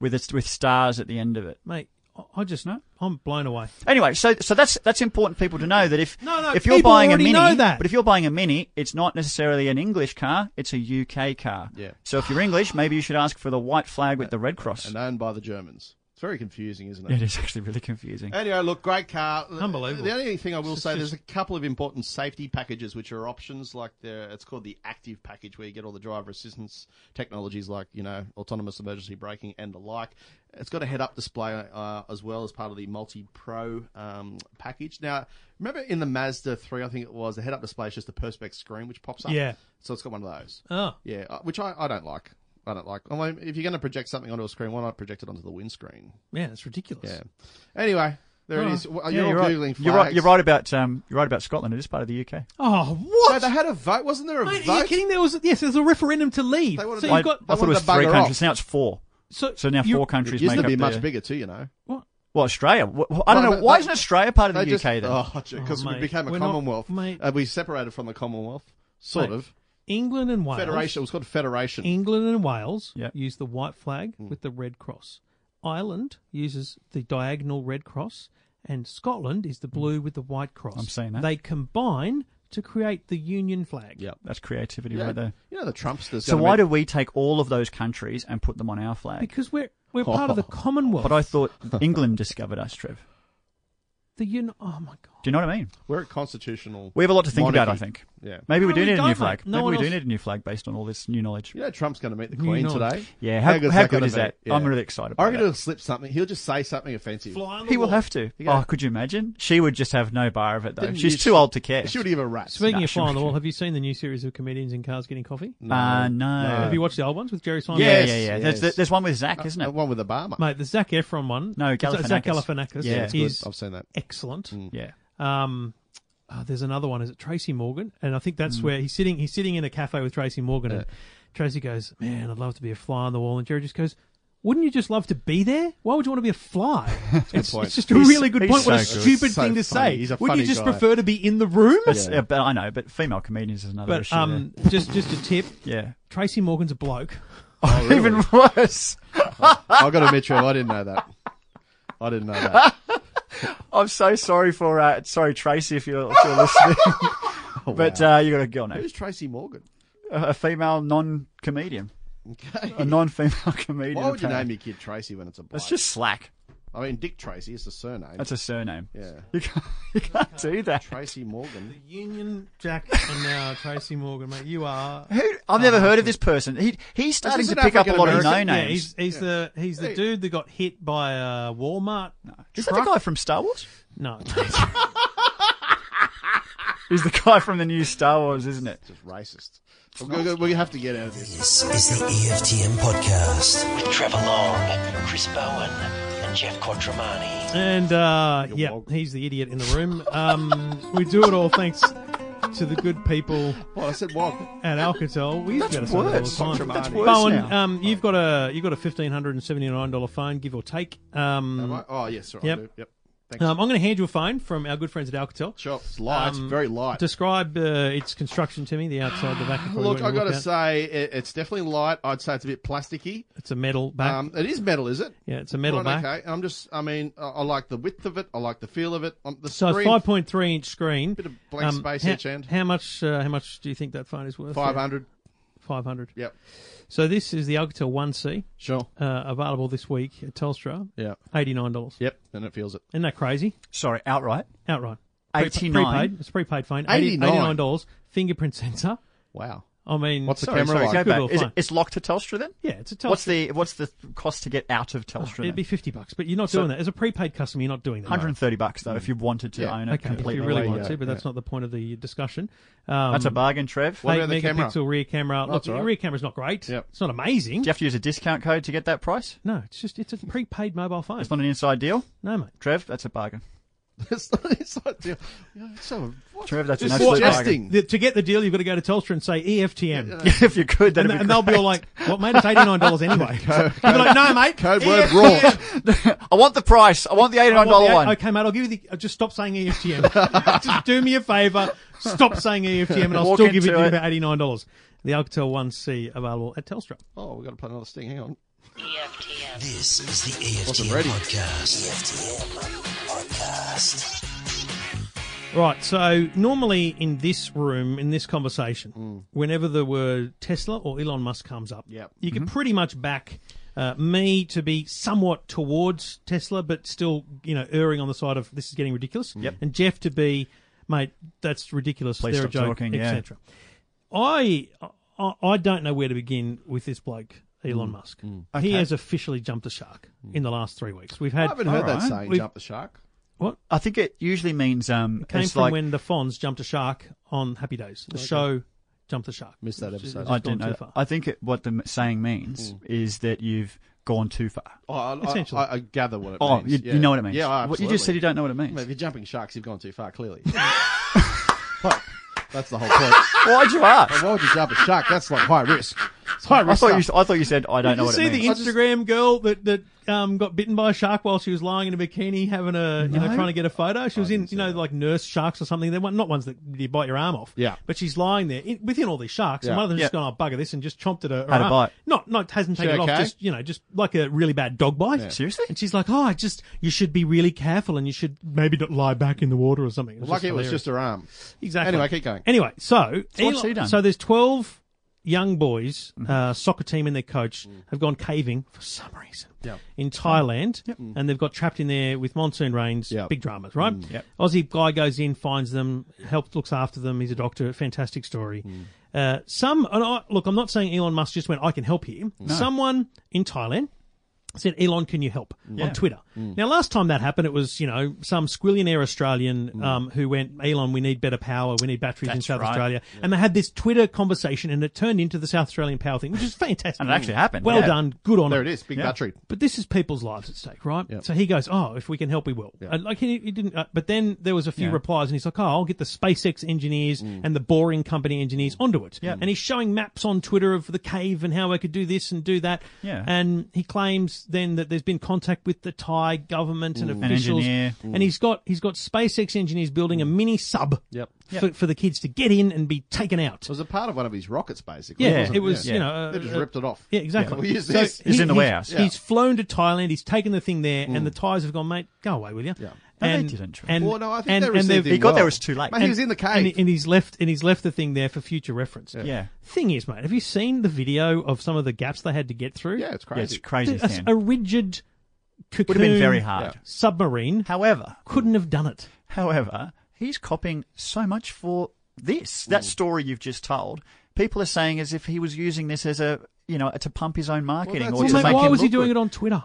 with its with stars at the end of it. mate. I- I just know. I'm blown away. Anyway, so so that's that's important for people to know that if No, no, if you're people buying a already mini, know that. but if you're buying a mini, it's not necessarily an English car; it's a UK car. Yeah. So if you're English, maybe you should ask for the white flag with the red cross. and owned by the Germans. It's very confusing, isn't it? It is actually really confusing. Anyway, look, great car. Unbelievable. The only thing I will say, there's a couple of important safety packages which are options, like the it's called the active package, where you get all the driver assistance technologies like you know autonomous emergency braking and the like. It's got a head-up display uh, as well as part of the multi pro um, package. Now, remember in the Mazda three, I think it was the head-up display is just a perspex screen which pops up. Yeah. So it's got one of those. Oh, Yeah, uh, which I, I don't like. I don't like. I mean, if you're going to project something onto a screen, why not project it onto the windscreen? man, it's ridiculous. Yeah. Anyway, there it Alright. is. Well, Yeah, you're, you're all right. googling flags. You're right. You're right about um, you're right about Scotland. It is part of the UK. Oh, No, what? they had a vote. Wasn't there a Mate, are you vote? kidding? There was yes, there was a referendum to leave. They wanted So to- I, you've got I thought it wanted was to three bugger countries. off. Now it's four. so, So now you- four countries It used make to be up much the- bigger too, you know. What? Well, Australia. Wh- wh- I Well, don't know. but Why they- isn't Australia part of They the just- UK then? Oh, because Oh, we mate, became a we're not- commonwealth. mate. Uh, we separated from the Commonwealth, sort Mate, of. England and Wales. Federation. It was called Federation. England and Wales Yeah. Hmm. use the white flag with the red cross. Ireland uses the diagonal red cross, and Scotland is the blue with the white cross. Hmm. I'm seeing that. They combine to create the union flag. Yeah. That's creativity yeah. right there. You know the Trumpsters. So why do we take all of those countries and put them on our flag? Because we're we're part of the Commonwealth. But I thought England discovered us, Trev. the un- Oh my god. Do you know what I mean? we're a constitutional? We have a lot to think about, I monarchy. think. Yeah. Maybe we No, do we need a don't, new mate. flag. No Maybe one we do else- need a new flag based on all this new knowledge. You know Trump's going to meet the You Queen know. today. Yeah, how, good's how that good gonna is be? that? Yeah. I'm really excited I about reckon that. he'll slip something. He'll just say something offensive. Fly on the He will wall. have to. Yeah. Oh, could you imagine? She would just have no bar of it, though. Didn't She's you- too old to care. She would give a rat. Speaking Nah, of she flying on the would- wall, have you seen the new series of comedians in cars getting coffee? Uh, no. Have you watched the old ones with Jerry Seinfeld? Yeah, Yes, yeah, yeah. yes. There's, there's one with Zach, isn't Uh, it? one with Obama. Mate, the Zac Efron one. No, Galifianakis. Zach Galifianakis. Yeah, it's Good, is I've seen that. excellent. Yeah. Um, oh, there's another one. Is it Tracy Morgan? And I think that's where he's sitting. He's sitting in a cafe with Tracy Morgan, and Tracy goes, "Man, I'd love to be a fly on the wall." And Jerry just goes, "Wouldn't you just love to be there? Why would you want to be a fly?" it's, point. it's just a He's- really good he's point. what a so good. stupid So thing to funny. say. He's a Wouldn't you funny just guy. prefer to be in the room? That's- uh, but I know, but female comedians is another But issue. um, just just a tip. there. yeah. Tracy Morgan's a bloke. Even worse. I've got to admit, Trev, I didn't know that. I didn't know that. I'm so sorry for uh, sorry Tracy if you're, if you're listening, but uh, you got to go on a, Who's Tracy Morgan? a female non-comedian, Okay. a non-female comedian. Why would you name apparently. your kid Tracy when it's a bloke? That's just slack. I mean, Dick Tracy is the surname. That's a surname. Yeah. You can't, you can't do that. Tracy Morgan. Union Jack and now Tracy Morgan, mate. You are. Who, I've never heard of this person. He he's starting this to an pick up a lot of no African-American? Yeah, names. he's, he's the he's the Hey. dude that got hit by a Walmart. Is that the guy from Star Wars? No, He's the guy from the new Star Wars, isn't it? Just racist. We- we- We have to get out of this. This is the EFTM podcast with Trevor Long, Chris Bowen, and Jeff Quattromani. and uh, You're yeah, welcome. he's the idiot in the room. Um, we do it all thanks to the good people Well, I said Wog. at Alcatel. We used to That's go to some worse. of them all the time. That's worse Bowen, now. um, you've got a you've got a fifteen hundred and seventy nine dollar phone, give or take. Am Um, I? Oh, yes, right. Yep. I do. Yep. Thanks. um, I'm going to hand you a phone from our good friends at Alcatel. Sure. It's light. um, very light. Describe uh, its construction to me, the outside, the back. before we Look, went I and got to looked at. say, it, it's definitely light. I'd say it's a bit plasticky. it's a metal back. Um, it is metal, is it? yeah, it's a metal right, back. Okay. I'm just. I mean, I, I like the width of it. I like the feel of it. Um, the So screen. five point three inch screen. Bit of blank space how, each end. How much? Uh, how much do you think that phone is worth? Five hundred. Five hundred. Yep. So this is the Alcatel One C Sure. uh, available this week at Telstra. Yeah. Eighty nine dollars. Yep. And it feels it. Isn't that crazy? Sorry, outright. Outright. Prepa- 89. Prepaid. It's a prepaid phone. Eighty nine 89. dollars. Fingerprint sensor. Wow. I mean, What's the Sorry, camera sorry, like? go Good or back. Is it, fine? it's locked to Telstra then? yeah, it's a Telstra. What's the what's the cost to get out of Telstra? It'd then? be fifty bucks, but you're not doing that as a prepaid customer. You're not doing that. 130 bucks though if you wanted to Yeah. own it Okay, if completely. you really Yeah, want yeah, Uh, to, but that's not the point of the discussion. Um, That's a bargain, Trev. What eight about the camera? megapixel rear camera. Look, that's all the right. rear camera's not great. Yep. It's not amazing. Do you have to use a discount code to get that price? No, it's just it's a prepaid mobile phone. It's not an inside deal, no, mate. Trev. That's a bargain. it's not. It's not. deal. Yeah, it's so. What? Trev, that's an Just absolute suggesting. The- to get the deal, you've got to go to Telstra and say E EFTM. bargain. if you could, And, that'd th- be and they'll be all like, "What, mate? It's eighty nine dollars anyway." You'll be like, "No, mate. E Code word brought. great. I want the price. I want the I $89 want the eight- one. Okay, mate. I'll give you the. uh, Just stop saying EFTM. just do me a favour. Stop saying E EFTM, and I'll Walk still give it into to you it. for eighty nine dollars. The Alcatel One C available at Telstra. Oh, we've got to play another sting. Hang on. EFTM. This is the EFTM ready. podcast. EFTM podcast. Right. So normally in this room, in this conversation, whenever the word Tesla or Elon Musk comes up, Hmm. Yep. Mm-hmm. you can pretty much back uh, me to be somewhat towards Tesla, but still, you know, erring on the side of this is getting ridiculous. Yep. And Jeff to be, mate, that's ridiculous. Please They're a stop joke, talking, yeah. etc. I, I I don't know where to begin with this bloke. Hmm. Elon Musk. He has officially jumped a shark in the last three weeks. We've I had haven't heard that Alright. saying. We've- jump the shark. what I think it usually means um, came it's from like when the Fonz jumped a shark on Happy Days. The show jumped the shark. Missed that episode. I it's don't gone know. too far. I think it, what the m- saying means is that you've gone too far. Oh, I, Essentially. I, I, I gather what it Oh, means. you, yeah. you know what it means. Yeah, What- absolutely. you just said you don't know what it means. Well, If you're jumping sharks, you've gone too far, clearly. Fuck. That's the whole point. Why'd you ask? Why would you jump a shark? That's like high risk. high I risk thought stuff. you. I thought you said I don't Did know you what see it the means. I just- Instagram girl that that um, got bitten by a shark while she was lying in a bikini, having a you know No. trying to get a photo? She was in you know like nurse sharks or something. They're one- not ones that you bite your arm off. Yeah. but she's lying there in, within all these sharks, Yeah. and one of them's just Yeah. gone, "Oh bugger this," and just chomped at her. her Had a arm. bite. Not not hasn't taken it off. okay? Just you know just like a really bad dog bite. Seriously? And she's like, "Oh, I just you should be really careful, and you should maybe not lie back in the water or something." It was Lucky it was hilarious. just her arm. Exactly. Anyway, keep going. Anyway, so, So what's he done? Mm-hmm. so there's 12 young boys, uh, soccer team and their coach Mm. have gone caving for some reason in Thailand, Mm. and they've got trapped in there with monsoon rains. Yep. Big dramas, right? Mm. Yep. Aussie guy goes in, finds them, helps, looks after them. He's a doctor. Fantastic story. Mm. Uh, some and I, look, I'm not saying Elon Musk just went, "I can help here." Someone in Thailand said, Elon, can you help on Twitter? Mm. Now, last time that happened, it was, you know, some squillionaire Australian um, who went, Elon, we need better power. We need batteries Mm. in That's South right. Australia. And they had this Twitter conversation and it turned into the South Australian power thing, which is fantastic. And it actually happened, Well yeah. done. Good on There it it is, big Yeah. battery. but this is people's lives at stake, right? So he goes, "Oh, if we can help, we will." And, like he, he didn't, uh, but then there was a few Yeah. replies, and he's like, "Oh, I'll get the SpaceX engineers Mm. and the Boring Company engineers onto it." And he's showing maps on Twitter of the cave and how I could do this and do that. Yeah. And he claims then that there's been contact with the Thai government Mm. and officials, engineer. and he's got he's got SpaceX engineers building a mini sub Mm. Yep. For, for the kids to get in and be taken out. It was a part of one of his rockets, basically. Yeah, wasn't it was Yeah. you know uh, They just uh, ripped it off. yeah, exactly. Yeah, we use So this. It's in the he's- warehouse. He's, flown to Thailand. He's taken the thing there, and the Thais have gone, mate, go away with you. Yeah. No, they And, didn't. And, Mm. Well, no, I think and, they and received they've- him He got well. there, it was too late. Mate, he was in the and, cave. and he's left and he's left the thing there for future reference. yeah, Thing is, mate, have you seen the video of some of the gaps they had to get through? yeah, it's yeah, it's crazy. crazy. a, Stan. a rigid cocoon Would have been very hard. submarine However, couldn't have done it. However, he's copying so much for this. That story you've just told, people are saying as if he was using this as a you know to pump his own marketing that's or Well, Well, to just mate, make why him was he look doing good. it on Twitter?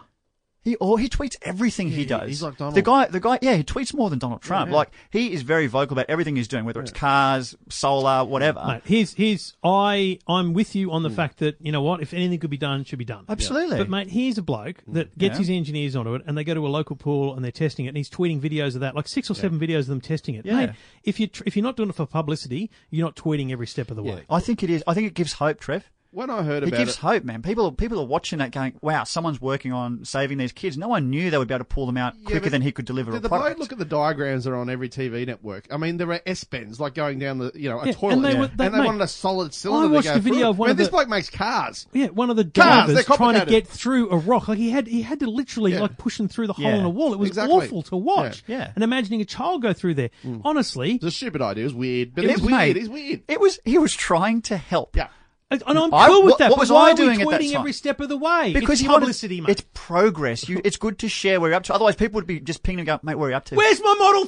He or he tweets everything he does. he's like Donald. The guy, the guy, yeah, he tweets more than Donald Trump. Like he is very vocal about everything he's doing, whether it's cars, solar, whatever. Mate, here's here's I I'm with you Hmm. on the fact that you know what if anything could be done, it should be done. Absolutely. But mate, here's a bloke that gets Hmm. Yeah. his engineers onto it, and they go to a local pool and they're testing it, and he's tweeting videos of that, like six or seven videos of them testing it. Yeah. Mate, if you tr- if you're not doing it for publicity, you're not tweeting every step of the way. I think it is. I think it gives hope, Trev. When I heard It about gives it, hope, man. People, people are watching that, going, "Wow, someone's working on saving these kids." No one knew they would be able to pull them out Yeah, quicker but than he could deliver did a the bloke product. look at the diagrams that are on every TV network? I mean, there are S bends like going down the you know a Yeah, toilet, and they were- they- and they mate, wanted a solid cylinder. watched to go the video through. of one Man, of this the- bloke makes cars. Yeah, one of the Cars, divers they're trying to complicated. get through a rock. Like he had, he had to literally Yeah. like pushing through the hole Yeah. in a wall. It was Exactly. awful to watch. Yeah. Hmm. Yeah. And imagining a child go through there. Honestly, It's a stupid idea. It's weird, but It it's was, weird. mate. It's weird. It was he was trying to help. Yeah. and and I'm cool I- with what- that. what but was why I are we doing at that tweeting time? every step of the way? Because it's he wanted- publicity, mate. It's progress. You, it's good to share where you're up to. Otherwise, people would be just pinging and going, "Mate, where are you up to? Where's my Model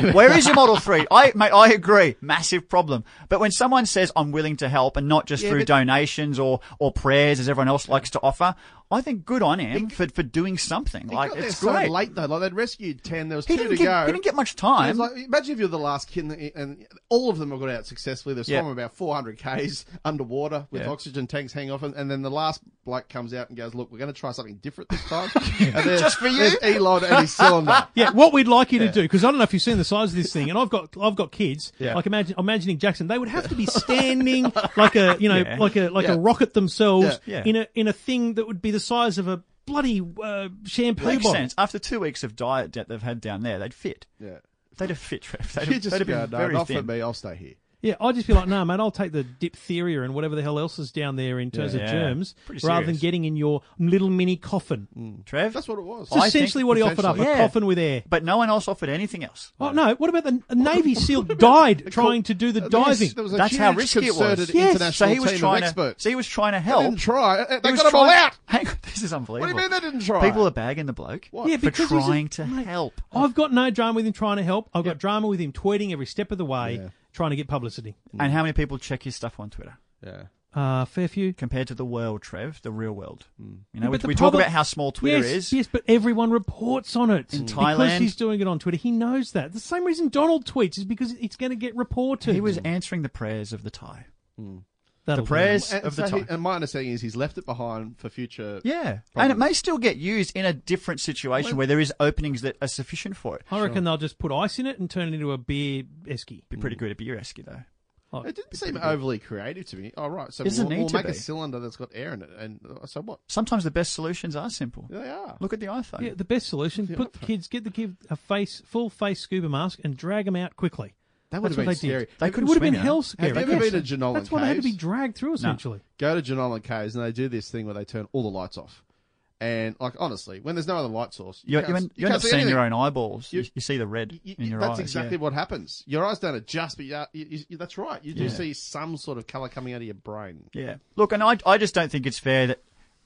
3? where is your Model 3? I, mate, I agree. Massive problem. But when someone says, I'm willing to help and not just through but- donations or, or prayers as everyone else likes to offer, I think good on him for, for doing something. He Like, got it's there great. so late though. Like they'd rescued ten. There was He two didn't, to get, go. he didn't get much It's time. like, imagine if you're the last kid, and, and all of them have got out successfully. They're Yeah. swimming about 400 k's underwater with Yeah. oxygen tanks hanging off, and, and then the last bloke comes out and goes, "Look, we're going to try something different this time." and there's, Just for you? there's Elon and his cylinder. Yeah, what we'd like you to do, because I don't know if you've seen the size of this thing, and I've got I've got kids. Yeah. Like imagine imagining Jackson, they would have to be standing like a you know Yeah. like a like Yeah. a rocket themselves Yeah. Yeah. in a in a thing that would be the size of a bloody uh, shampoo Makes bottle. sense. After two weeks of diet that they've had down there, they'd fit. Yeah. They'd have fit, Trev. They'd, You have- just they'd have go, been no, very not thin. for me. I'll stay here. Yeah, I'd just be like, nah, mate, I'll take the diphtheria and whatever the hell else is down there in terms Yeah. of Yeah. germs, Pretty rather than serious. getting in your little mini coffin. Trev? That's what it was. It's I think essentially what he offered up—a essentially. Yeah. coffin with air. But no one else offered anything else. Oh no! What about the a Navy SEAL died trying to do the Yes, diving? there was a That's huge how risky it was. concerted Yes, international So he was team trying of to. experts. So he was trying to They help. didn't try. They He was got them all trying- out. Hang on, this is unbelievable. What do you mean they didn't try? People are bagging the bloke What? Oh, Yeah, for because he's a- trying to mate, help. I've got no drama with him trying to help. I've got drama with him tweeting every step of the way, trying to get publicity. And how many people check his stuff on Twitter Yeah. Uh, fair few. compared to the world, Trev, the real world? Hmm. You know, But we, the we problem- talk about how small Twitter yes, is. Yes, but everyone reports on it. In Because Thailand- he's doing it on Twitter. He knows that. The same reason Donald tweets is because it's going to get reported. He was answering the prayers of the Thai. That'll the do. prayers And, of the so he- Thai. and my understanding is he's left it behind for future. yeah, and Probably. it may still get used in a different situation where there is openings that are sufficient for it. I reckon they'll just put ice in it and turn it into a beer esky. Hmm. Be pretty good at beer esky though. Oh, It didn't seem overly creative to me. Oh, right. So Doesn't we'll, need we'll to make a be. cylinder that's got air in it. And uh, so what? Sometimes the best solutions are simple. There they are. Look at the iPhone. Yeah, the best solution: put the kids, get the kid a face, full face scuba mask, and drag them out quickly. That would That's have what been they did. scary. They It couldn't would have been swim, you know. hell scary. Have you ever Yes. been to Janolan That's what I had to be Caves? dragged through essentially. go to Janolan Caves and they do this thing where they turn all the lights off. And like honestly, when there's no other light source, you, you, can't, you, you end, you end can't up see seeing anything. your own eyeballs. You, You- you see the red You- you- in your that's eyes. exactly yeah. what happens. Your eyes don't adjust, but you, are- you, you, that's right. You do Yeah. see some sort of color coming out of your brain. Yeah. Look, and I, I just don't think it's fair that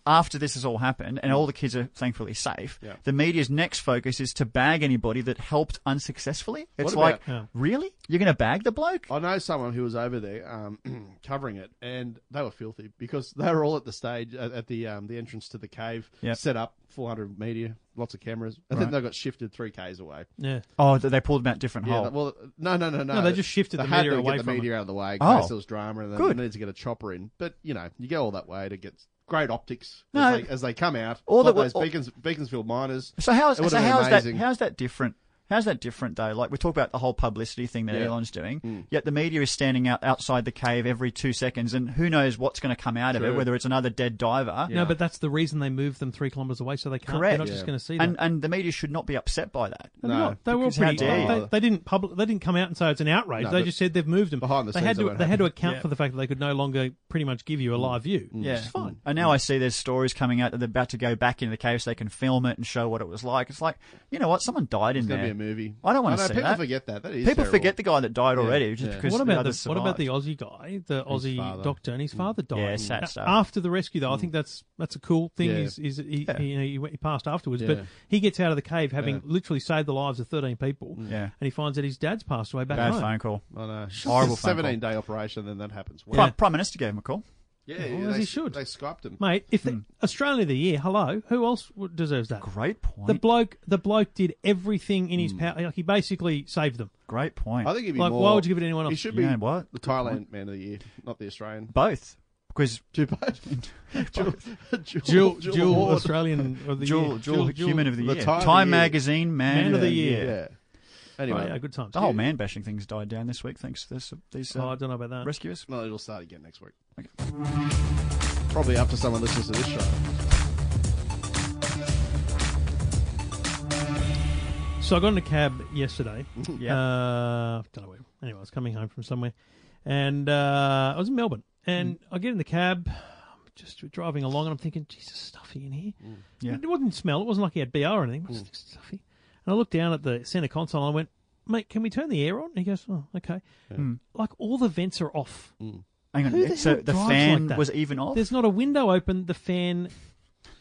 after this has all happened and all the kids are thankfully safe, Yeah. the media's next focus is to bag anybody that helped unsuccessfully. It's about- like, Yeah. really? You're going to bag the bloke? I know someone who was over there um, covering it, and they were filthy because they were all at the stage at, at the um, the entrance to the cave, Yep. set up 400 media, lots of cameras, and then they got shifted three k's away. Yeah. Oh, that they pulled them out different Yeah, hole. well, no, no, no, no. No, they just shifted they the had media to away get the from it. media out of the way. Oh. Oh, there was drama, and then Good. they needed to get a chopper in. But you know, you go all that way to get great optics No. as, they, as they come out. All All that like wa- those all- Beacons, Beaconsfield miners. So how's It would've so been how's that amazing. how's that different? How's that different though? Like we talk about the whole publicity thing that Yeah. Mm. Elon's doing, yet the media is standing out outside the cave every two seconds, and who knows what's going to come out of it? True. Whether it's another dead diver, No, but that's the reason they moved them three kilometres away, so they can't. Correct. They're not Yeah. just going to see that. and uh, and the media should not be upset by that. They're not. They were all because how pretty. dare They, you. they didn't public. They didn't come out and say it's an outrage. No, they but just said they've moved them. behind the they scenes had that to. won't They had to account Yeah. for the fact that they could no longer pretty much give Mm. you a live view. Yeah, It's fine. And now I see there's stories coming out that they're about to go back into the cave so they can film it and show what it was like. It's like, you know what? Someone died in It's there. going to be a movie. I don't want know, to see people that. forget that. That is People terrible. forget the guy that died already just Yeah. because what the about others the what about the survived. Mm. Aussie guy, the Aussie father. doctor, and his father died? Yeah, sad A- stuff. After the rescue, though, I think that's that's a cool thing. Yeah. Is is he, Mm. Yeah. he- you know he, went- he passed afterwards, Yeah. but he gets out of the cave having Yeah. literally saved the lives of thirteen people. Yeah. and he finds that his dad's passed away back Mm. Bad home. phone call. I know. Horrible phone call. Seventeen day operation, then that happens. Prime, Prime Minister gave him a call. yeah, well, as they, he should. They skyped him. Mate, if Mm. the, Australia of the year, hello, who else w- deserves that? Great Mm. point. The bloke, the bloke did everything in his power. Like he basically saved them. Great point. I think he'd be Like, more. why would you give it to anyone He else? should You be know what? the Thailand man of the year, not the Australian. Both. Because Two Dual, dual, Dual, dual, dual award. Australian of the dual, year. dual, human of the the year. Time Time, of the Year. Magazine man, Man of the year. Yeah. Oh, Anyway, yeah, good times. The whole man bashing things died down this week thanks to this, these Oh, I uh, don't know about that. rescuers. No, it'll start again next week. Okay. Probably after someone listens to this show. So I got in a cab yesterday. Yeah. Uh, don't know where. Anyway, I was coming home from somewhere, and uh, I was in Melbourne. And Mm. I get in the cab, just driving along, and I'm thinking, Jesus, stuffy in here. Mm. Yeah. Mm. It wasn't smell. It wasn't like he had BR or anything. It was just stuffy. And I looked down at the center console, and I went, Mate, can we turn the air on? And he goes, Oh, okay. Mm. Like all the vents are off. Hang on. Who the so hell the drives fan like that? was even off? There's not a window open. The fan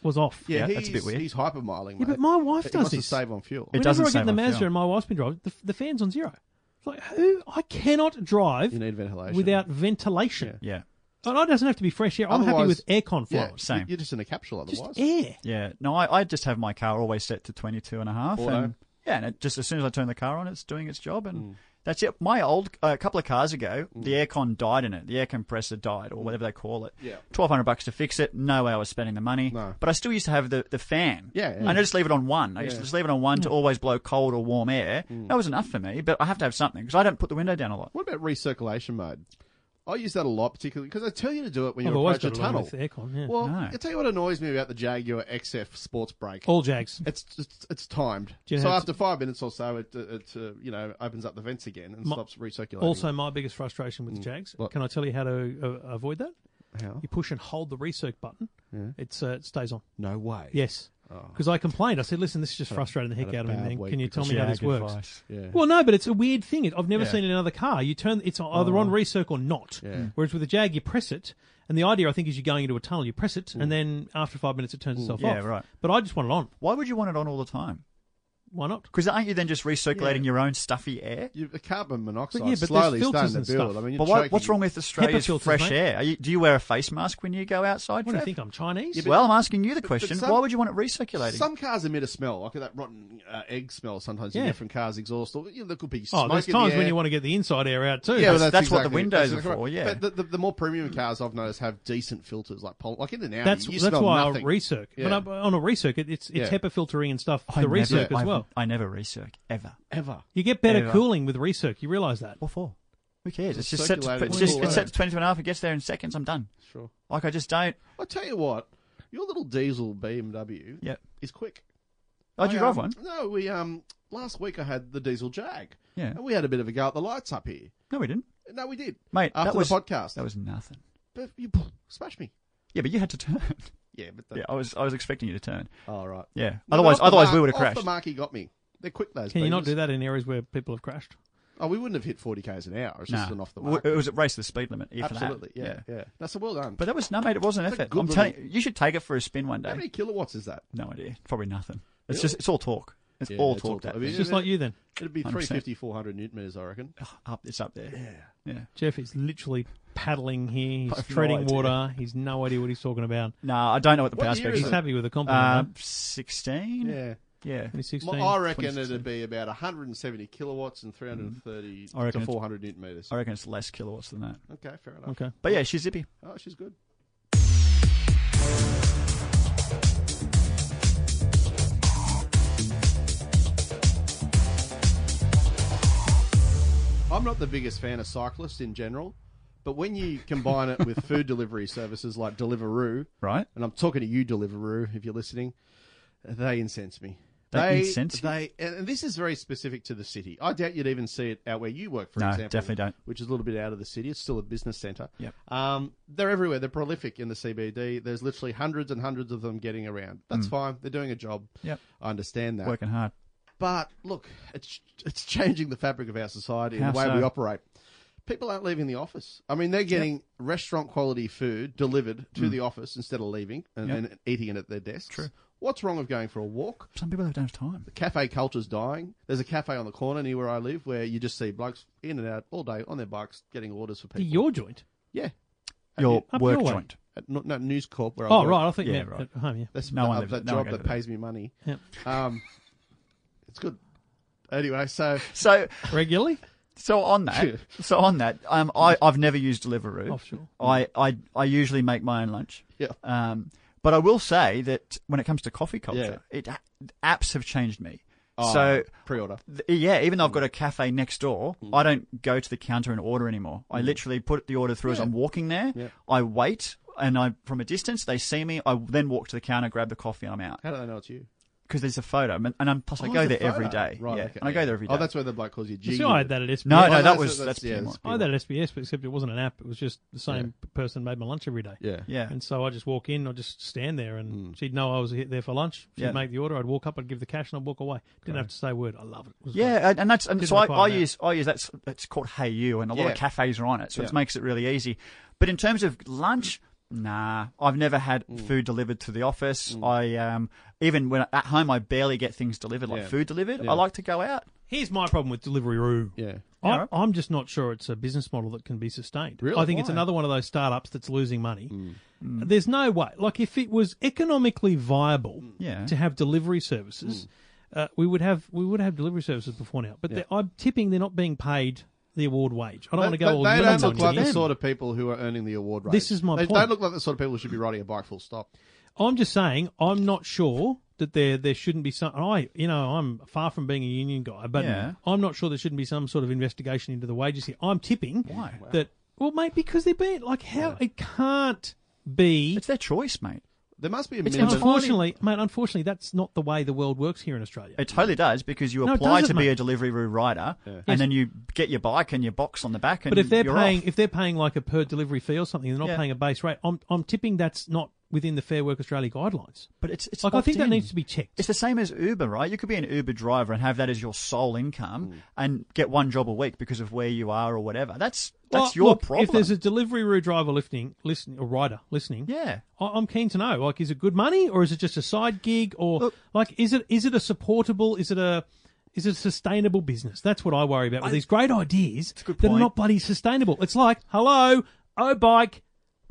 was off. Yeah, that's a he's, bit weird. He's hypermiling, mate. Yeah, but my wife he does wants this. to save on fuel. It Whenever doesn't I get save in the on Mazda fuel. and my wife's been driving, the, the fan's on zero. It's like, who? I cannot drive You need ventilation without ventilation. yeah. And it doesn't have to be fresh air. I'm happy Otherwise- with aircon Yeah, flows. same. you- You're just in a capsule Just otherwise. air. Yeah. No, I, I just have my car always set to 22 and a half. Auto. And, yeah, and it just as soon as I turn the car on, it's doing its job. Mm. And that's it. My old, uh, a couple of cars ago, the aircon died in it. The air compressor died or whatever they call it. Yeah. 1200 bucks to fix it. No way I was spending the money. No. But I still used to have the, the fan. Yeah, yeah. And I just leave it on one. I used to just leave it on one Mm. to always blow cold or warm air. That was enough for me, but I have to have something because I don't put the window down a lot. What about recirculation mode? I use that a lot, particularly because they tell you to do it when you I've always approach a got tunnel. with aircon. Yeah. Well, No. I tell you what annoys me about the Jaguar XF Sports Brake. All Jags. It's it's, it's timed. Oh. Do you so have after five minutes or so, it it uh, you know opens up the vents again and My- stops recirculating. Also, my biggest frustration with the Jags. Mm. What? Can I tell you how to uh, avoid that? How? You push and hold the recirc button. It's uh, it stays on. no way. Yes. Because I complained. I said, "Listen, this is just frustrating the heck Oh. had a out of me. bad man. week Can you tell because me how this works?" Yeah. Well, no, but it's a weird thing. It- I've never Yeah. seen it in another car. You turn it's either on recirc or not. Oh. Yeah. Whereas with a Jag, you press it, and the idea I think is you're going into a tunnel. You press it, and then after five minutes, it turns itself Yeah, off. right. But I just want it on. Why would you want it on all the time? Why not? Because aren't you then just recirculating your own stuffy air? You, the carbon monoxide But yeah, but slowly there's filters starting to and build. stuff. I mean, you're But what, choking. what's wrong with Australia's filters, fresh mate. air? Are you, do you wear a face mask when you go outside? What do you Trev? think? I'm Chinese. well, I'm asking you the but question. some- Why would you want it recirculating? Some cars emit a smell, like that rotten uh, egg smell sometimes you Yeah. get from cars' exhaust. Or, you know, there could be oh, smoke there's in the times when air. you want to get the inside air out too. Yeah, well, That's- that's what the exactly- windows that's are exactly for, right. yeah. but the, the, the more premium cars I've noticed have decent filters, like pol- like in an Audi. that's you that's smell why nothing. I recirc. Yeah. But on a recirc, it, it's it's Yeah. HEPA filtering and stuff. I the never- recirc as I've- well. I never recirc ever. ever. You get better Ever. cooling with recirc. You realise that? What for? Who cares? It's Just just set. To, circulated it's just all it's over. set to twenty two and a half. It gets there in seconds. I'm done. Sure. Like I just don't. I tell you what, your little diesel BMW Yeah. is quick. Oh, do you I, drive um, one? No, we um last week I had the diesel Jag. Yeah. And we had a bit of a go at the lights up here. No, we didn't, No, we did. mate. After that was the podcast, that was nothing. but you smashed me. Yeah, but you had to turn. Yeah, but that, yeah, I was I was expecting you to turn. oh right. Yeah. No, but otherwise, off the otherwise mark- we would have off crashed. The mark he got me. They're quick those. Can you not beamers. do that in areas where people have crashed? Oh, we wouldn't have hit forty k's an hour. It's Nah. just an off the W- mark. It was a race to the speed limit. yeah, for that. Absolutely. Yeah, yeah, That's a well done. But that was no, mate. It was an That's a effort. good I'm little- telling you, you should take it for a spin one how day. many kilowatts is that? No idea. Probably nothing. It's Really? just it's all talk. It's Yeah, all it's all talk. talk. That I mean, thing. Just like you then. It'd be 100%. 350, 400 newton meters, I reckon. up, it's up there. Yeah. Yeah. Jeff is literally paddling here. I He's have no treading idea. water. He's no idea what he's talking about. No, I don't know what the What power year specs is He's it? is. happy with Uh, the compliment. sixteen. Yeah. Yeah. though. He's 16. Well, I reckon 26. it'd be about 170 kilowatts and 330 Mm-hmm. I reckon to it's- 400 newton meters. I reckon it's less kilowatts than that. Okay, fair enough. okay. But yeah, she's zippy. Oh, she's good. I'm not the biggest fan of cyclists in general, but when you combine it with food delivery services like Deliveroo, Right. and I'm talking to you, Deliveroo, if you're listening, they incense me. They incense you? They, and this is very specific to the city. I doubt you'd even see it out where you work, for No, example. definitely don't. Which is a little bit out of the city. It's still a business centre. Yep. Um, they're everywhere. They're prolific in the CBD. There's literally hundreds and hundreds of them getting around. That's fine. They're doing a job. Mm. Yep. I understand that. Working hard. But look, it's it's changing the fabric of our society and How the way so? we operate. People aren't leaving the office. I mean, they're getting restaurant quality food delivered to the office instead of leaving and, Mm. Yep. and eating it at their desks. True. What's wrong with going for a walk? Some people don't have time. Cafe culture's dying. There's a cafe on the corner near where I live where you just see blokes in and out all day on their bikes getting orders for people. Your joint. yeah. Your Up work your way. joint. At, not, not News Corp where I Oh, work. right. I think Yeah, yeah, right. at home, yeah. That's No no one one lives- that no one job goes that there. pays me money. Yep. Um, it's good. Anyway, so So Regularly? So on that, Yeah. so on that, um, I I've never used Deliveroo. Oh, sure. I I I usually make my own lunch. Yeah. Um, but I will say that when it comes to coffee culture, Yeah. it apps have changed me. Oh, So pre-order. th- yeah, even though I've Hmm. got a cafe next door, I don't go to the counter and order anymore. I literally put the order through as I'm walking there. Hmm. Yeah. I wait. And I, from a distance, they see me. I then walk to the counter, grab the coffee, and I'm out How do they know it's you? because there's a photo. And I'm, plus, I Oh, go it's a there every photo. day. Right, yeah. okay. And I go there every day. Oh, that's where the bloke calls you G. See, I had that at SBS. no, Oh, no, that that's- was that's, that's- yeah, Piedmont. that's I had that at SBS, but except it wasn't an app. It was just the same person made my lunch every day. Yeah. yeah. Hmm. And so I just walk in, I'd just stand there, and she'd know I was he- there for lunch. She'd Yeah. make the order, I'd walk up, I'd give the cash, and I'd walk away. Didn't have to say a word. I love it. It was great. Yeah, and- and that's and Didn't so I, require I that. use I use that's it's called Hey You, and a lot Yeah. of cafes are on it, so Yeah. it makes it really easy. But in terms of lunch, nah, I've never had Mm. food delivered to the office. I um even when at home, I barely get things delivered like Yeah. food delivered. Yeah. I like to go out. Here's my problem with Deliveroo. Yeah. Yeah. I, I'm just not sure it's a business model that can be sustained. Really? Hmm. I think it's Why? another one of those startups that's losing money. There's no way. Like, if it was economically viable Yeah. to have delivery services, Hmm. uh, we would have we would have delivery services before now. But they're- I'm tipping they're not being paid the award wage. I don't want to go all they minimum don't look like here. the sort of people who are earning the award rate. This is my They point. don't look like the sort of people who should be riding a bike full stop. I'm just saying, I'm not sure that there there shouldn't be some. I, you know, I'm far from being a union guy, but Yeah. I'm not sure there shouldn't be some sort of investigation into the wages here. I'm tipping Why? that. Well, mate, because they're being like how it can't be. It's their choice, mate. There must be a It's minimum. unfortunately, mate, unfortunately, that's not the way the world works here in Australia. It totally does because you No, it apply doesn't, to be mate. a delivery route rider, and Yes. then you get your bike and your box on the back. And but if they're you're paying, off. if they're paying like a per delivery fee or something, they're not Yeah. paying a base rate. I'm I'm tipping that's not within the Fair Work Australia guidelines. but it's it's Like I think that opt-in. needs to be checked. It's the same as Uber, right? You could be an Uber driver and have that as your sole income and get one job a week because of where you are or whatever. That's that's Well, your look, problem. If there's a delivery route driver listening, listen, or rider listening, yeah, I, I'm keen to know. Like, is it good money, or is it just a side gig, or like, is it is it a supportable? Is it a is it a sustainable business? That's what I worry about with these great ideas good that are point. not bloody sustainable. It's like, hello, oh bike,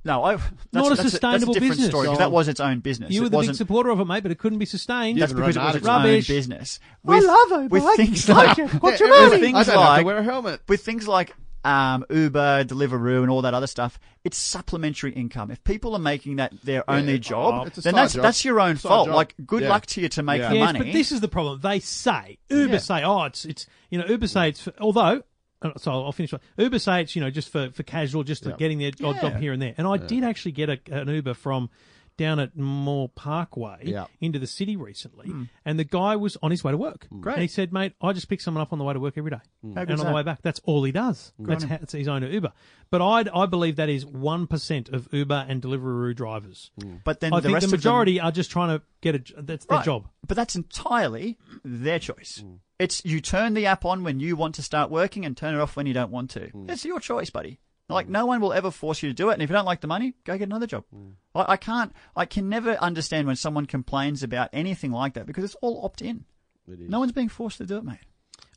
no, I, that's, Not a that's that's sustainable a different business. story because that was its own business. you were it the big wasn't. supporter of it, mate, but it couldn't be sustained. that's Even because it written was its articles. Rubbish. own business. With, love with Uber. things like What's your with money? things I don't like have to wear a helmet. with things like um, Uber, Deliveroo, and all that other stuff, it's supplementary income. If people are making that their only job, It's a then side that's job. that's your own Side fault. job. Like, good Yeah. luck to you to make Yeah. the Yes, money. but this is the problem. They say Uber Yeah. say, oh, it's it's you know Uber say it's for, although uh, so I'll finish. one. Uber say it's you know just for, for casual, just for Yeah. getting the odd job here and there. And I did actually get a, an Uber from down at Moore Parkway Yeah. into the city recently, and the guy was on his way to work. Hmm. Great. Hmm. And he said, "Mate, I just pick someone up on the way to work every day, How and good's on the that? way back, that's all he does. Hmm. That's, how, that's his own Uber." But I I believe that is one percent of Uber and Deliveroo drivers. But then Hmm. I the think rest the of them- majority are just trying to get a j- that's their Right. job. But that's entirely their choice. Hmm. It's you turn the app on when you want to start working and turn it off when you don't want to. Hmm. It's your choice, buddy. Like no one will ever force you to do it, and if you don't like the money, go get another job. Hmm. I, I can't. I can never understand when someone complains about anything like that because it's all opt in. No one's being forced to do it, mate.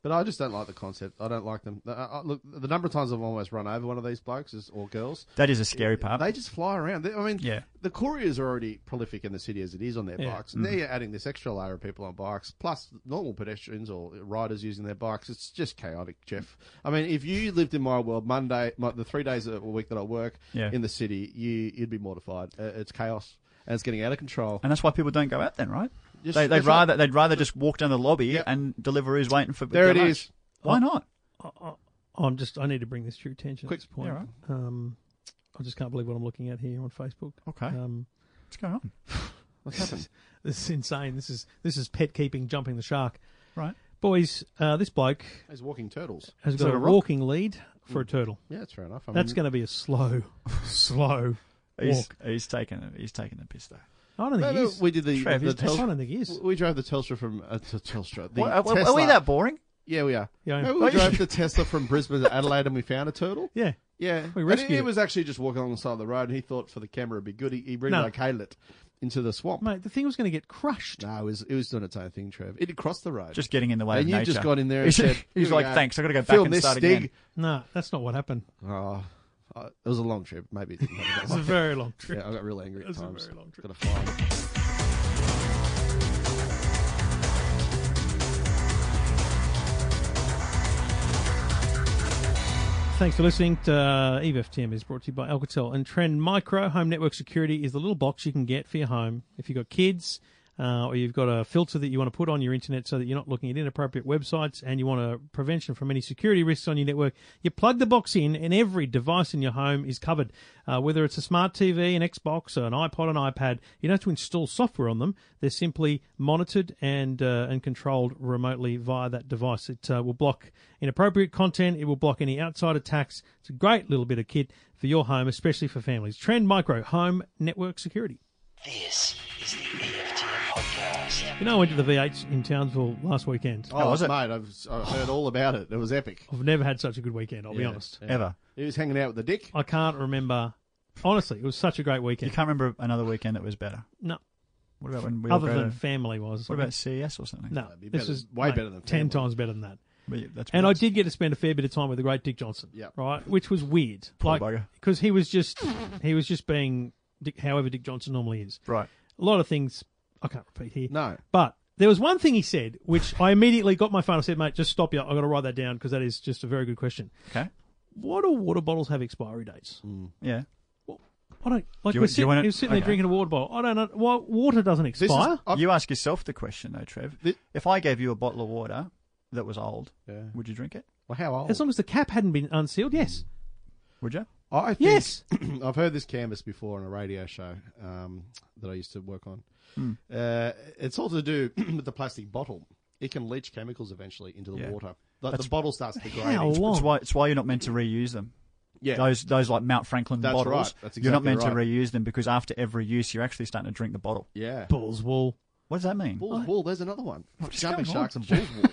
But I just don't like the concept. I don't like them. I, I, look, the number of times I've almost run over one of these blokes is, or girls, That is a scary part. they just fly around. They, I mean, Yeah. the couriers are already prolific in the city as it is on their Yeah. Mm-hmm. bikes. And they're adding this extra layer of people on bikes, plus normal pedestrians or riders using their bikes. It's just chaotic, Jeff. I mean, if you lived in my world Monday, my, the three days a week that I work Yeah. in the city, you, you'd be mortified. Uh, it's chaos. And it's getting out of control. and that's why people don't go out then, right? Yes, they, they'd that's right. rather they'd rather just walk down the lobby Yep. and Deliveroo's waiting for. There their it lunch. is. Oh. Why not? I'm just. I need to bring this to your attention Quick. at this point. Yeah, right. Um, I just can't believe what I'm looking at here on Facebook. Okay. Um, What's going on? What's happened? this is insane. This is this is pet keeping, jumping the shark, Right. boys. Uh, this bloke There's walking turtles. has that got a a rock? walking lead for a turtle. Yeah, that's fair enough. I That's mean, going to be a slow, slow He's, walk. he's taking it. He's taking the piss though. I don't think he No, no, is. we did the, Trev, the he's- I Telstra- don't think he is. We drove the Telstra from uh, to Telstra. The What- are- are, Tesla, we that boring? Yeah, we are. Yeah, I am. Remember Oh, we you- drove the Tesla from Brisbane to Adelaide and we found a turtle. Yeah. Yeah, We And rescued he, he it. was actually just walking along the side of the road, and he thought for the camera it'd be good. He, he relocated it into the swamp. Mate, the thing was going to get crushed. No, it was it was doing its own thing, Trev. It had crossed the road. Just getting in the way and of you nature. just got in there and He's- said, "Here "He's we like, go. thanks. I got to go back Film and this, start Stig." again." No, that's not what happened. Oh, uh, it was a long trip. Maybe it didn't happen It's a that way. very long trip. yeah, I got real angry at That's a times. very long trip. Got a fine. Thanks for listening. To, uh, EVFTM is brought to you by Alcatel and Trend Micro. Home network security is the little box you can get for your home. If you've got kids uh, or you've got a filter that you want to put on your internet so that you're not looking at inappropriate websites and you want a prevention from any security risks on your network, you plug the box in and every device in your home is covered. Uh, whether it's a smart TV, an Xbox, or an iPod, an iPad, you don't have to install software on them. They're simply monitored and uh, and controlled remotely via that device. It uh, will block inappropriate content. It will block any outside attacks. It's a great little bit of kit for your home, especially for families. Trend Micro Home Network Security. This is the EFTM podcast. You know, I went to the V8 in Townsville last weekend. Oh, was it? mate, I've, I heard all about it. It was epic. I've never had such a good weekend. I'll be Yeah, honest. yeah. Ever. He was hanging out with the dick. I can't remember. Honestly, it was such a great You weekend. can't remember another weekend that was better. No, What about when we other were than better? family wise. What about CES or something? No, be this better- is way better than family. ten times better than that. But yeah, that's And I did get to spend a fair bit of time with the great Dick Johnson. Yeah. Right, which was weird. Poor like bugger. because he was just he was just being Dick, however Dick Johnson normally is. right. A lot of things I can't repeat here. No. But there was one thing he said which I immediately got my phone. I said, "Mate, just stop you. I've got to write that down because that is just a very good question. Okay. Why do water bottles have expiry dates? Mm. Yeah. I don't Do you- like. we're do you sitting, wanna- he was sitting there okay. drinking a water bottle. I don't know. Well, water doesn't This is, expire. I've- you ask yourself the question though, Trev. Thi- if I gave you a bottle of water that was old, Yeah. would you drink it? well, how old? as long as the cap hadn't been unsealed, yes, Would you? I think, yes. I've heard this canvas before on a radio show um, that I used to work on. Hmm. Uh, it's all to do with the plastic bottle. It can leach chemicals eventually into the Yeah. water. Like That's- the bottle starts degrading. How long? It's why it's why you're not meant to reuse them. Yeah. Those those like Mount Franklin That's bottles. right. That's you're not meant exactly to reuse them because after every use you're actually starting to drink the bottle. yeah. Bull's wool. What does that mean? Bull's wool. There's another one. Jumping going sharks and bull's wool.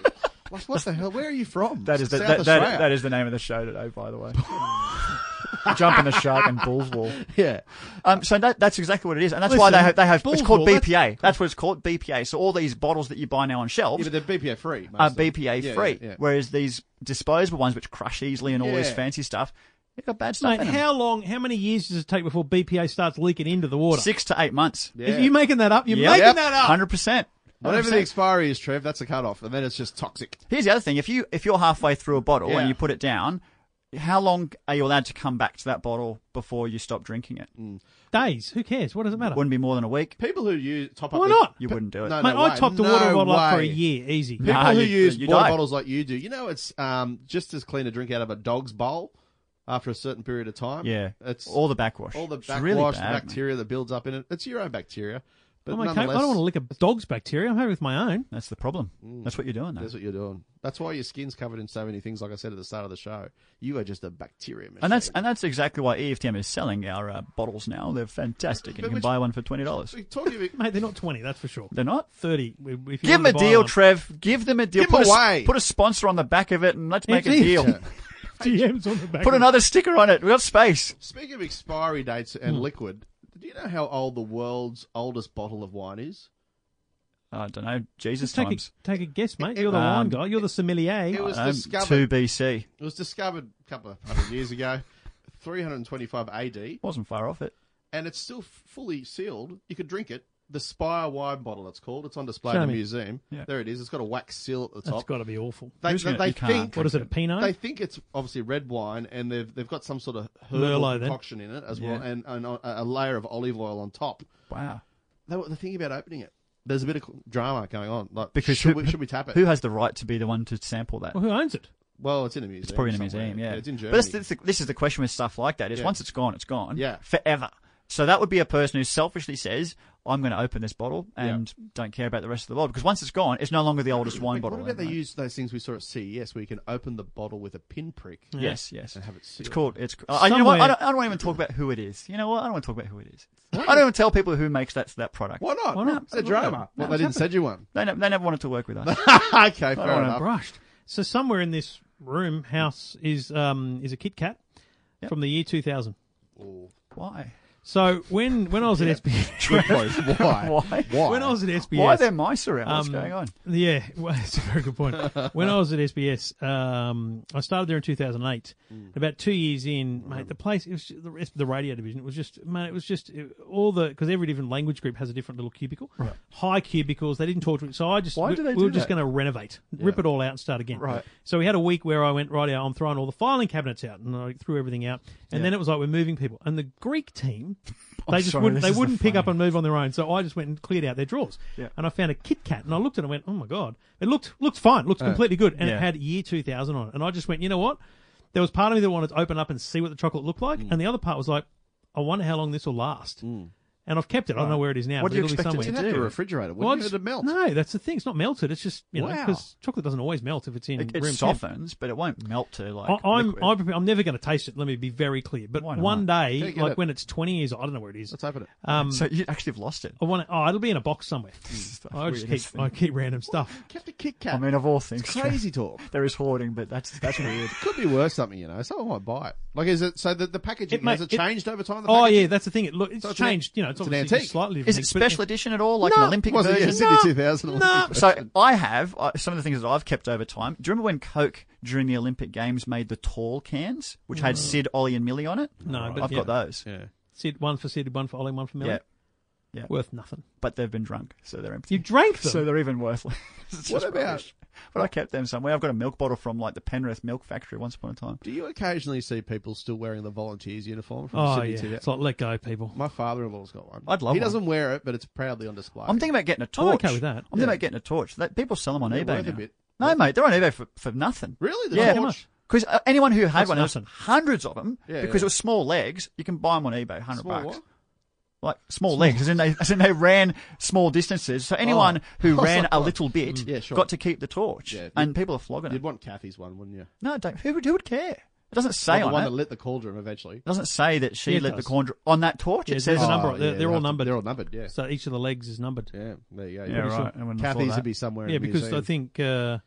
Like, what the hell? Where are you from? That is the, South that, that, Australia. that is the name of the show today, by the way. Jumping the shark and bull's wall. Yeah. Um, so that, that's exactly what it is, and that's why Listen, they have they have it's Bull's called Wall, that's- BPA. That's, what it's called BPA. So all these bottles that you buy now on Yeah, shelves but they're BPA free. are mostly. BPA Yeah, free, yeah, yeah. whereas these disposable ones, which crush easily and all this Yeah. fancy stuff, they got bad stuff Mate, in them. how long? How many years does it take before BPA starts leaking into the water? Six to eight months. Yeah. If you making that up, you're Yep. making Yep. that up. 100%. Whatever 100%. the expiry is, Trev, that's a cut off, and then it's just toxic. Here's the other thing: if you if you're halfway through a bottle Yeah. and you put it down, how long are you allowed to come back to that bottle before you stop drinking it? Mm. Days. Who cares? What does it matter? Wouldn't be more than a week. People who use top up. Why their- not? You wouldn't do it. No, Mate, way. I topped a water No bottle up for a way. year, easy. Yeah. People Nah, who you- use you water die. bottles like you do, you know, it's um, just as clean to drink out of a dog's bowl after a certain period of time. Yeah, it's all, all the backwash. the It's backwash, really the bad, man. Oh bacteria that builds up in it. It's your own bacteria, but I'm okay. I nonetheless, don't want to lick a dog's bacteria. I'm happy with my own. That's the problem. Mm. That's what you're doing. Though. That's what you're doing. That's why your skin's covered in so many things. Like I said at the start of the show, you are just a bacteria. Machine. And that's and that's exactly why E EFTM is selling our uh, bottles now. They're fantastic, and But you can which- buy one for twenty dollars. we talked about. Mate, they're not 20, that's for sure. They're not. 30. If you Give them wanted a to buy deal, one. Trev. Give them a deal. Give put, 'em a, s- away. put a sponsor on the back of it, and let's make a Indeed. deal. DMs on the back. Put of- another sticker on it. We've got space. Speaking of expiry dates and Hmm. liquid, do you know how old the world's oldest bottle of wine is? I don't know. Jesus Just take a, times. take a guess, mate. You're the Um, wine guy. You're the sommelier. It was Um, two discovered. BC It was discovered a couple of hundred years ago, 325 AD, wasn't far off it. and it's still f- fully sealed. You could drink it. The Spire wine bottle, it's called. It's on display Show in the me. museum. Yeah. There it is. It's got a wax seal at the That's top. got to be awful. they Who's they, gonna- they you can't think What is it, a Pinot? they think it's obviously red wine, and they've they've got some sort of Merlot herbal then. concoction in it as well, Yeah. and, and a, a layer of olive oil on top. Wow. They were the thing about opening it. There's a bit of drama going on. Like, Because should, who- we, should we tap it? Who has the right to be the one to sample that? well, who owns it? well, it's in a museum. It's probably in a somewhere. museum, yeah. It's in Germany. But that's, the- this is the question with stuff like that: is Yeah. once it's gone, it's gone, Yeah. forever. So that would be a person who selfishly says, "I'm going to open this bottle and don't care about the rest of the world," because once it's gone, it's no longer the oldest wine Wait, bottle. What about in, they right? use those things we saw at CES where you can open the bottle with a pinprick? Yes, yes. And have it It's sealed. called. It's. I, you know what? I Somewhere- don't, I don't even talk about who it is. You know what? I don't want to talk about who it is. I don't even tell people who makes that that product. Why not? Why not? It's a drama. Well, they didn't send you one. They, ne- they never wanted to work with us. okay, fair don't wanna enough. Brushed. So somewhere in this room, house, is um, is a Kit Kat from the year 2000. Why? So when, when I was at SB, Because why? Why? Why? when I was at SBS, Why are there mice around? What's Um, going on? Yeah, well, that's a very good point. when I was at SBS, um, I started there in 2008. Mm. About two years in, mate, the place it was ju- the, rest- the radio division. It was just, man, it was just it, all the because every different language group has a different little cubicle, high cubicles. They didn't talk to me, so I just Why we, do they we do were just that? going to renovate, rip it all out, and start again. Right. So we had a week where I went right out. I'm throwing all the filing cabinets out, and I threw everything out. And then it was like we're moving people, and the Greek team. They just sorry, wouldn't. this They is the wouldn't pick funny- up and move on their own. So I just went and cleared out their drawers. Yeah. And I found a Kit Kat and I looked at it and went, oh my God. It looked looked fine, looked completely good. And Uh, yeah. it had year 2000 on it. And I just went, you know what? There was part of me that wanted to open up and see what the chocolate looked like. Mm. And the other part was like, I wonder how long this will last. And I've kept it. I don't know where it is now. What but do you it'll expect it be to somewhere. You'd do? have to refrigerate it. Well, I Wouldn't just- it? It'd melt. No, that's the thing. It's not melted. It's just, you know, Wow. because chocolate doesn't always melt if it's in It, room it temp. softens, but it won't melt to like. I, I'm liquid. I, I'm never going to taste it. Let me be very clear. But Why not? one day, Can't get like it. when it's 20 years, I don't know where it is. Let's open it. Um, So you actually have lost it. I want to. Oh, it'll be in a box somewhere. I just weirdest keep I keep random stuff. Kept a Kit Kat. I mean, of all things, crazy talk. there is hoarding, but that's that's weird. Could be worth something, you know. Someone might buy it. Like, is it so? The, the packaging It may- has it it- changed over time? The Oh packaging? yeah, that's the thing. It look, it's, it's an- changed. you know, it's, it's an obviously antique. slightly. Is it different, but- special edition at all, like an No, Olympic Was it? version? Yeah, Sydney 2000. or No. something. So I have uh, some of the things that I've kept over time. Do you remember when Coke during the Olympic Games made the tall cans, which had Sid, Ollie, and Millie on it? No, but I've got those. Yeah. Sid, one for Sid, one for Ollie, one for Millie. Yeah. Worth nothing. but they've been drunk, so they're empty. You drank them. so they're even worthless. It's What just about- rubbish. But I kept them somewhere. I've got a milk bottle from like the Penrith Milk Factory once upon a time. Do you occasionally see people still wearing the volunteers uniform from oh Sydney yeah, to- it's like let go, people. My father-in-law's got one. I'd love He one. doesn't wear it, but it's proudly on display. I'm thinking about getting a I'm torch. okay with that. I'm thinking about getting a torch. That, people sell them on They're eBay worth a now. bit. No, mate, they're on eBay for, for nothing. Really? The yeah, torch? How much? because anyone who had That's one, there was nothing. hundreds of them, Yeah, because yeah. it was small legs. You can buy them on eBay, hundred Small bucks. what? Like small, legs, as in they, as in they ran small distances. So anyone Oh. who ran a little bit Mm. Yeah, sure. got to keep the torch, Yeah, and people are flogging it. You'd want Kathy's one, wouldn't you? No, don't. Who would, who would care? It doesn't Or say the on one it. that lit the cauldron eventually. Oh, It doesn't say that she Yeah, it lit the does. corn on that torch. Yeah, it there's says a number. on- yeah, they're, they're they all have to- numbered. They're all numbered. Yeah. So each of the legs is numbered. yeah. There you go. Yeah, right. I wouldn't have Kathy's thought would that. be somewhere. yeah, in a because I museum. think uh,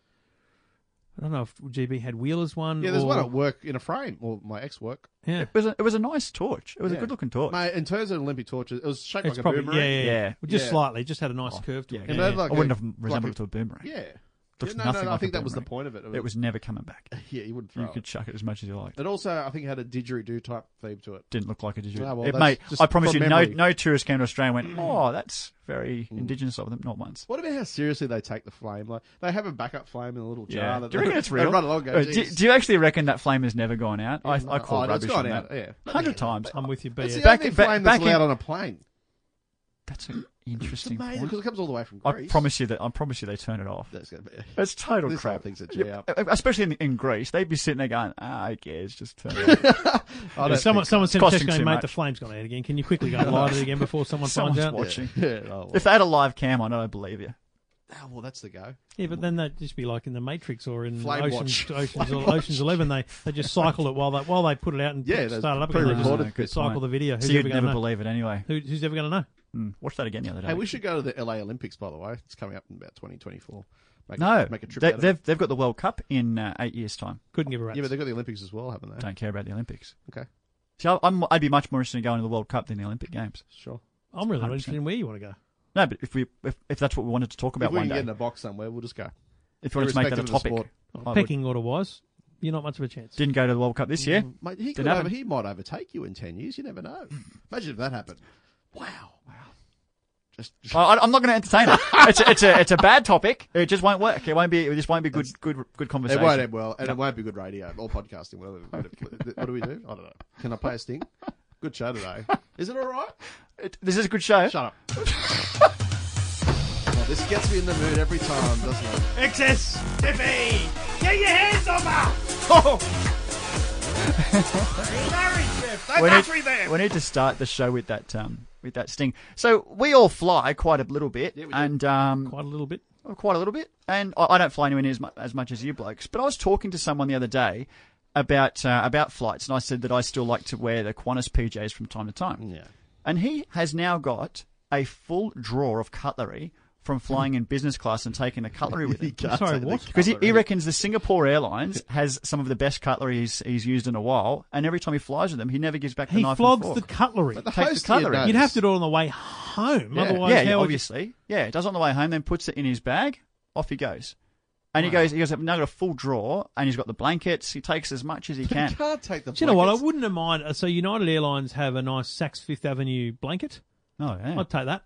I don't know if GB had Wheeler's one. Yeah, there's or, one at work in a frame, or my ex work. Yeah, It was, a, it was a nice torch. It was a Yeah. good looking torch. Mate, in terms of Olympic torches, it was shaped it's like probably a yeah, boomerang. yeah, yeah, Yeah. Well, just Yeah. slightly. Just had a nice curve to Oh, yeah, it. yeah, And they had yeah. like I wouldn't a- have resembled like a- it to a boomerang. yeah. The Looks no, no, nothing no, I like a think that boomerang. was the point of it. It was never coming back. yeah, you wouldn't throw You it. could chuck it as much as you liked. It also, I think, had a didgeridoo type theme to it. Didn't look like it, did you? Ah, well, it, that's mate, just I promise you, from no, memory. Mm. no tourist came to Australia and went, oh, that's very indigenous of them. Not once. What about how seriously they take the flame? Like they have a backup flame in a little jar. That Do you reckon they, it's real? They run along. and Uh, Go, do, "Jeez." do you actually reckon that flame has never gone out? I, I Oh, call no, it's rubbish gone on out, yeah. that. Hundred times. I'm with you, B. It's the Back- only back- flame back that's allowed on in- a plane. That's an interesting Amazing, point. because it comes all the way from I Greece. promise you that. I promise you, they turn it off. That's going to be. It's total This whole crap. thing's a G Yeah, up. Especially in, in Greece, they'd be sitting there going, "Ah, who cares? Just turn it off." I don't someone, think- someone sent a Costing text going, too mate, much. the flame's gone out again. Can you quickly go and light it again before someone finds Someone's out? watching. Yeah, oh, well. If they had a live cam on, I'd believe you. Ah, well, that's the go. Yeah, but then that'd just be like in the Matrix or in Flame Oceans, Watch. Oceans, Oceans Eleven. They they just cycle it while they while they put it out and Yeah, put- that's start it up again. They just pre-recorded. Good cycle point. the video. Who's So you'd ever gonna never know? believe it anyway. Who, who's ever going to know? Hmm. Watch that again the other day. Hey, we should go to the LA Olympics, by the way. It's coming up in about 2024. Make, no, Make a trip they, out of it. they've they've got the World Cup in uh, eight years' time. Couldn't give a rat's. Yeah, but they've got the Olympics as well, haven't they? Don't care about the Olympics. Okay, See, I- I'm, I'd be much more interested in going to the World Cup than the Olympic Games. sure. I'm really not 100%. interested in where you want to go. No, but if we if, if that's what we wanted to talk about if we one can day, get in a box somewhere, we'll just go. if you wanted to make that a irrespective of the topic, I would- Pecking order wise, you're not much of a chance. didn't go to the World Cup this year. Mate, he, Didn't could over, happen. he might overtake you in 10 years. You never know. Imagine if that happened. Wow. Wow. Just. I, I'm not going to entertain it. It's a, it's a it's a bad topic. It just won't work. It won't be. It just won't be good good good It conversation. won't end well, and it won't be good radio or podcasting. Whatever. What do we do? I don't know. Can I play a sting? Good show today. Is it all right? It- this is a good show. Shut up. Well, this gets me in the mood every time, doesn't it? Excess Tiffy, get your hands off us! we, need, we need to start the show with that um with that sting. So we all fly quite a little bit, and um Quite a little bit. Oh, quite a little bit. And I, I don't fly anywhere near as much, as much as you blokes. But I was talking to someone the other day about uh, about flights, and I said that I still like to wear the Qantas PJs from time to Mm. time. Yeah. And he has now got a full drawer of cutlery from flying in business class and taking the cutlery with him. can't Sorry, say what? the Because he, he cutlery. reckons the Singapore Airlines has some of the best cutlery he's, he's used in a while, and every time he flies with them, he never gives back the He knife and flogs fork. the cutlery. the takes the host here cutlery. knows. You'd have to do it on the way home. Yeah. Otherwise, Yeah, yeah, how would you- obviously. Yeah, does it on the way home, then puts it in his bag. Off he goes. And he goes, he goes, I've now got a full drawer, and he's got the blankets. He takes as much as he can. You can't take the. Do you know what? I blankets. wouldn't have mind. uh, So United Airlines have a nice Saks Fifth Avenue blanket. Oh, yeah. I'd take that.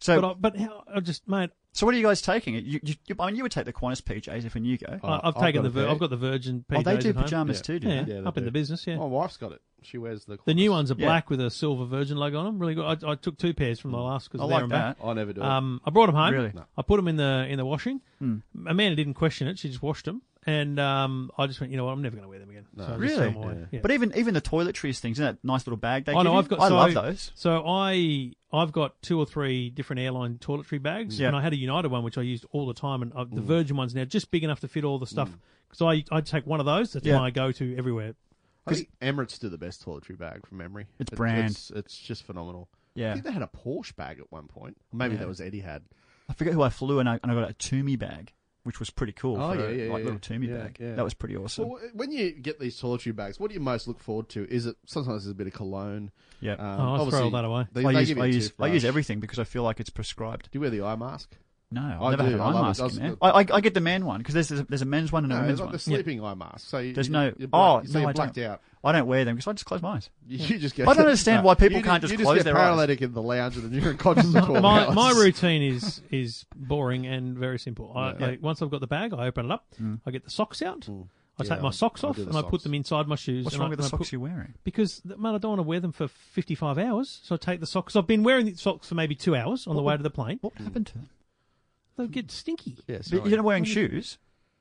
So, but I, but how, I just mate, so what are you guys taking? You, you, I mean, you would take the Qantas PJs if when you go. Oh, I, I've I've got taken the a Vir- pair. I've got the Virgin. PJs oh, they do at home. pajamas Yeah. too, do Yeah, they? Yeah, they up do. in the business. Yeah, My wife's got it. She wears the. the new Qantas. ones are Yeah. Mm. black with a silver Virgin logo on them. Really good. I, I took two pairs from the last because I there like and that. back. I never do. it. Um, I brought them home. Really? Hmm. I put them in the in the washing. Amanda didn't question it; she just washed them, and um, I just went, you know what? I'm never going to wear them again. So I just threw Really? 'em away. Yeah. But even even the toiletries things in that nice little bag they I give know you, I've got. I so, love those. So I I've got two or three different airline toiletry bags, Yeah. Mm. and I had a United one which I used all the time, and uh, the Virgin one's now just big enough to fit all the stuff. Because I I take one of those. That's Yeah. my go-to everywhere. I think Emirates do the best toiletry bag from memory. It's It- brand. It's, it's just phenomenal. Yeah. I think they had a Porsche bag at one point. Maybe that was Eddie had. I forget who I flew and I, and I got a Toomey bag, which was pretty cool. Oh, for a, yeah, yeah, like yeah. little Toomey Yeah, bag. yeah. That was pretty awesome. So wh- when you get these toiletry bags, what do you most look forward to? Is it sometimes there's a bit of cologne? yeah. Um, Oh, I throw obviously, all that away. They, I they use give you I a use I toothbrush. use everything because I feel like it's Do prescribed. you wear the eye mask? No, I've I do. never had an I eye love it. mask. That's in there. good. I, I, I get the man one because there's, there's a- there's a men's one and a No, women's it's like one. the sleeping eye mask. So you, There's you- no. you're oh black- so no, you're I blacked don't. out. I don't wear them because I just close my eyes. You you just get. I don't understand why people you can't ju- just you close get their eyes. paralytic in the lounge and then you're unconscious at all. my my routine is is boring and very simple. I, Yeah. Mm. I- once I've got the bag, I open it up. I get the socks out. I Yeah, take my socks I do off the and I put socks. them inside my shoes. What's and wrong I- with the and I socks put- you're wearing? Because man, I don't want to wear them for fifty five hours, so I take the socks. I've been wearing the socks for maybe two hours on the way to the plane. What happened to them? They get stinky. Yeah, But sorry. You're not wearing shoes.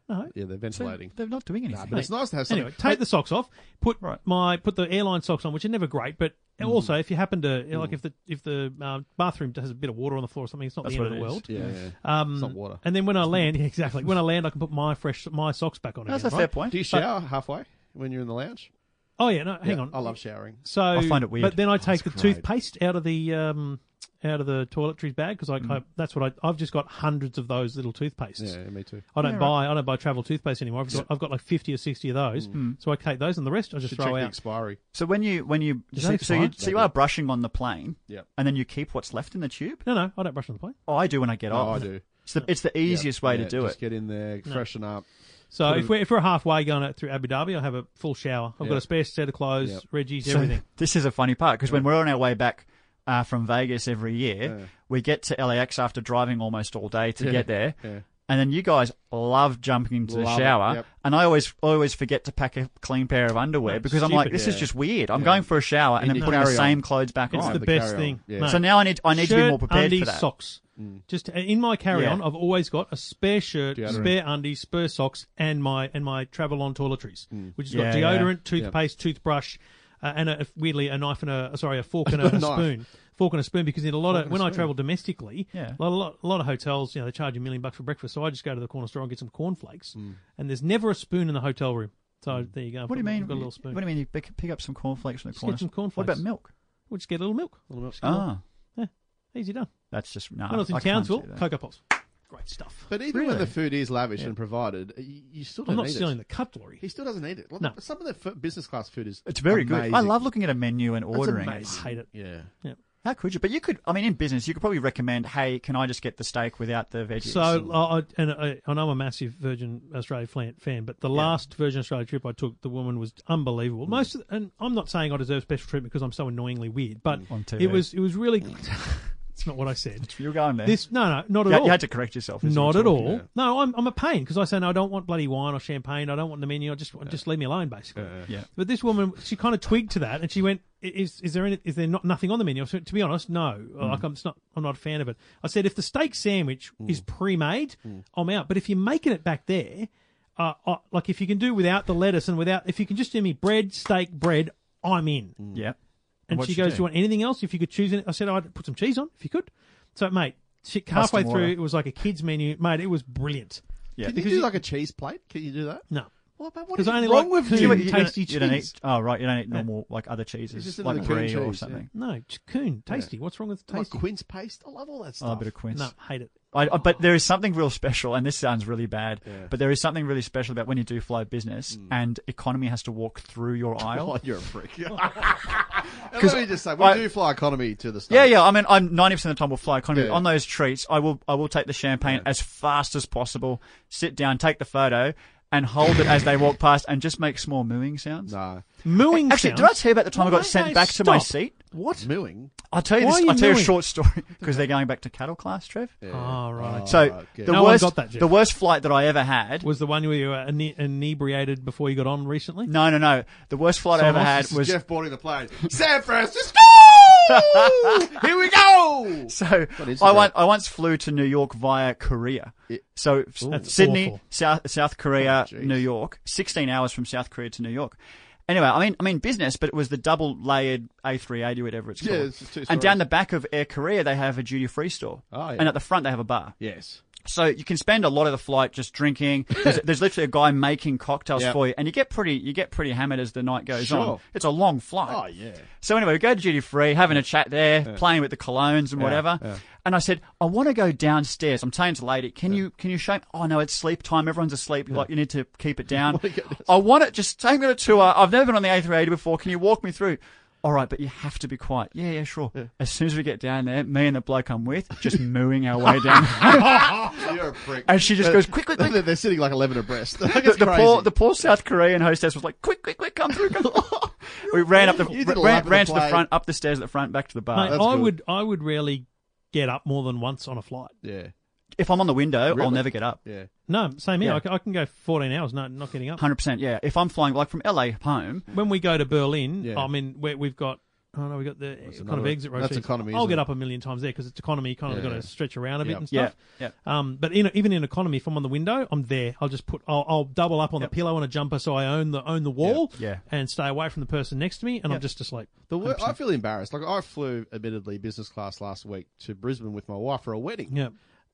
No, yeah, they're So ventilating. they're not doing anything. But it's nice to have something. Anyway, take the socks off. Put Right. my put the airline socks on, which are never great. But also, if you happen to like, if the if the um, bathroom has a bit of water on the floor or something, it's not That's the end what of the it is. world. yeah, yeah. Um, It's not water. And then when I land, yeah, exactly. When I land, I can put my fresh my socks back on. That's a again, fair right? point. Do you shower halfway when you're in the lounge? Oh yeah, no, hang Yeah, on. I love showering. So I find it weird. But then I take the That's great. toothpaste out of the um, out of the toiletries bag because I, I that's what I I've just got hundreds of those little toothpastes. Yeah, yeah, me too. I don't Yeah, buy I don't buy travel toothpaste anymore. I've got, I've got like fifty or sixty of those, so I take those and the rest I just Should check throw the out. expiry. So when you when you Is so, that so you fine? so you are brushing on the plane, Yep. and then you keep what's left in the tube. No, no, I don't brush on the plane. Oh, I do when I get No, off. I do. It's the, it's the easiest way Yeah, to do just it. Get in there, freshen up. So Put if it- we're, if we're halfway going it through Abu Dhabi, I'll have a full shower. I've got Yeah. a spare set of clothes, Yeah. Reggie's, So everything. this is a funny part because when we're on our way back uh, from Vegas every year, we get to LAX after driving almost all day to Yeah, get there. yeah. And then you guys love jumping into Love the it, shower, yep. and I always always forget to pack a clean pair of underwear No, because I'm like, stupid. this is Yeah. just weird. I'm Yeah. going for a shower and, In then your putting the carry-on. same clothes back It's on. the the best carry-on. thing. Yeah. mate. so now I need I need to be Shirt, more prepared undies, for that. socks. Just uh, in my carry-on, Yeah. I've always got a spare shirt, Deodorant. spare undies, spare socks, and my and my travel on toiletries, which has Yeah, got yeah. deodorant, toothpaste, toothbrush, uh, and a, weirdly a knife and a uh, sorry a fork and a, Knife. spoon. Fork and a spoon because in a lot of when I travel domestically, Yeah. a, lot, a lot- a lot of hotels you know they charge you a million bucks for breakfast, so I just go to the corner store and get some cornflakes, and there's never a spoon in the hotel room. So there you go. Mm. What do you mean? Got a little spoon. What do you mean? You pick, pick up some cornflakes from the Just corner. get some What cornflakes. about milk? We'll just get a little milk. Just get a little- Ah, easy done. that's just no. When I was in I can't do Townsville, that. Cocoa Pops. Great stuff. But even when Really? the food is lavish and provided, you, you still don't I'm not need stealing it. the cutlery. He still doesn't need it. Look, No. Some of the f- business class food is It's very good. I amazing. love looking at a menu and ordering. it. amazing. Hate it. Yeah. How could you? But you could. I mean, in business, you could probably recommend, "Hey, can I just get the steak without the veggies?" So, I, I- and I, I know I'm a massive Virgin Australia flan- fan, but the last Virgin Australia trip I took, the woman was unbelievable. Most, of the, and I'm not saying I deserve special treatment because I'm so annoyingly weird, but On TV. it was it was really. it's not what I said. you're going there. This no no not at you, all. you had to correct yourself. is Not what I'm at talking all. about. No, I'm, I'm a pain because I say no, I don't want bloody wine or champagne. I don't want the menu. I just want just leave me alone, basically. Yeah. But this woman, she kind of twigged to that, and she went, "I- "Is is there any, is there not nothing on the menu?" I said, "To be honest, no. Mm. Like I'm just not I'm not a fan of it." I said, "If the steak sandwich Mm. is pre-made, I'm out. But if you're making it back there, uh, I, like if you can do without the lettuce and without, if you can just do me bread, steak, bread, I'm in." Yeah. And What'd she she goes, do? "Do you want anything else? If you could choose," any-" I said, "I'd put some cheese on if you could." So, mate, she, halfway order. through, it was like a kids' menu, mate. It was brilliant. Yeah. Can you do like a cheese plate? Can you do that? No, What about what is because I only wrong like with coon you? you tasty don't, cheese. you don't eat. Oh right, you don't eat normal like other just cheeses, another like cream brie cheese, or yeah. something. No, ch- coon, tasty. What's wrong with Like tasty? quince paste. I love all that stuff. Oh, a bit of quince. no, hate it. I, I- but there is something real special, and this sounds really bad, but there is something really special about when you do fly business Mm. and economy has to walk through your aisle. Oh, you're a freak. And Let me just say, we I- do fly economy to the Yeah, States. yeah. I mean, I'm 90% of the time will fly economy. but Yeah. On those treats, I will, I will take the champagne as fast as possible, sit down, take the photo, and hold it as they walk past and just make small mooing sounds. No. Mooing. Actually, did I sounds- tell you about the time I No, got sent no, back to my stop. seat? What? Mooing. I'll tell you Why this. are you I'll tell you a mooing? short story because they're going back to cattle class, Trev. Oh right. So okay. the No one worst, got that, Jeff. the worst flight that I ever had. was the one where you were ine- inebriated before you got on recently? No, no, no. The worst flight I ever had This is was Jeff boarding the plane. San Francisco! Here we go! So is I it? once, I once flew to New York via Korea. So uh, That's Sydney, awful. South, South Korea, Oh, jeez. New York, 16 hours from South Korea to New York. Anyway, I mean, I mean business, but it was the double layered A380, whatever it's Yeah, called. it's just two and down stories. the back of Air Korea, they have a duty free store. Oh, yeah. And at the front, they have a bar. Yes. So you can spend a lot of the flight just drinking. There's, there's literally a guy making cocktails Yep. for you, and you get pretty you get pretty hammered as the night goes on. Sure. It's a long flight. Oh, yeah. So anyway, we go to duty free, having a chat there, playing with the colognes and whatever. And I said, I want to go downstairs. I'm saying to the lady, can you can you show me? Oh no, it's sleep time. Everyone's asleep. Like you need to keep Oh it down. I want it. Just take me on a tour. I've never been on the A380 before. Can you walk me through? All right, but you have to be quiet. Yeah, yeah, sure. As soon as we get down there, me and the bloke I'm with just mooing our way down. You're a prick. And she just goes, quick, quick, quick. They're they're sitting like 11 abreast. Like, The, it's the crazy. poor, the poor South Korean hostess was like, quick, quick, quick, come through, come through. we ran up the, You did a ran, lap of ran the to the plane. front, up the stairs at the front, back to the bar. Mate, that's I good. would I would rarely get up more than once on a flight. yeah, if I'm on the window, I'll Really? never get up. yeah. No, same here. Yeah. I c I I, can go 14 hours not not getting up. Hundred percent, yeah. If I'm flying like from LA home, When we go to Berlin, Yeah. I mean we we've got. Oh no, we got the kind of another- exit that's rotation. economy, I'll isn't get it? up a million times there because it's economy. You kind of Yeah. got to stretch around a bit Yeah. and yeah, stuff. yeah. Um, but in, even in economy, if I'm on the window, I'm there. I'll just put, I'll, I'll double up on the pillow and a jumper so I own the own the wall, Yeah. and stay away from the person next to me, and I'm just asleep. The wor- I feel embarrassed. Like I flew, admittedly, business class last week to Brisbane with my wife for a wedding. Yeah,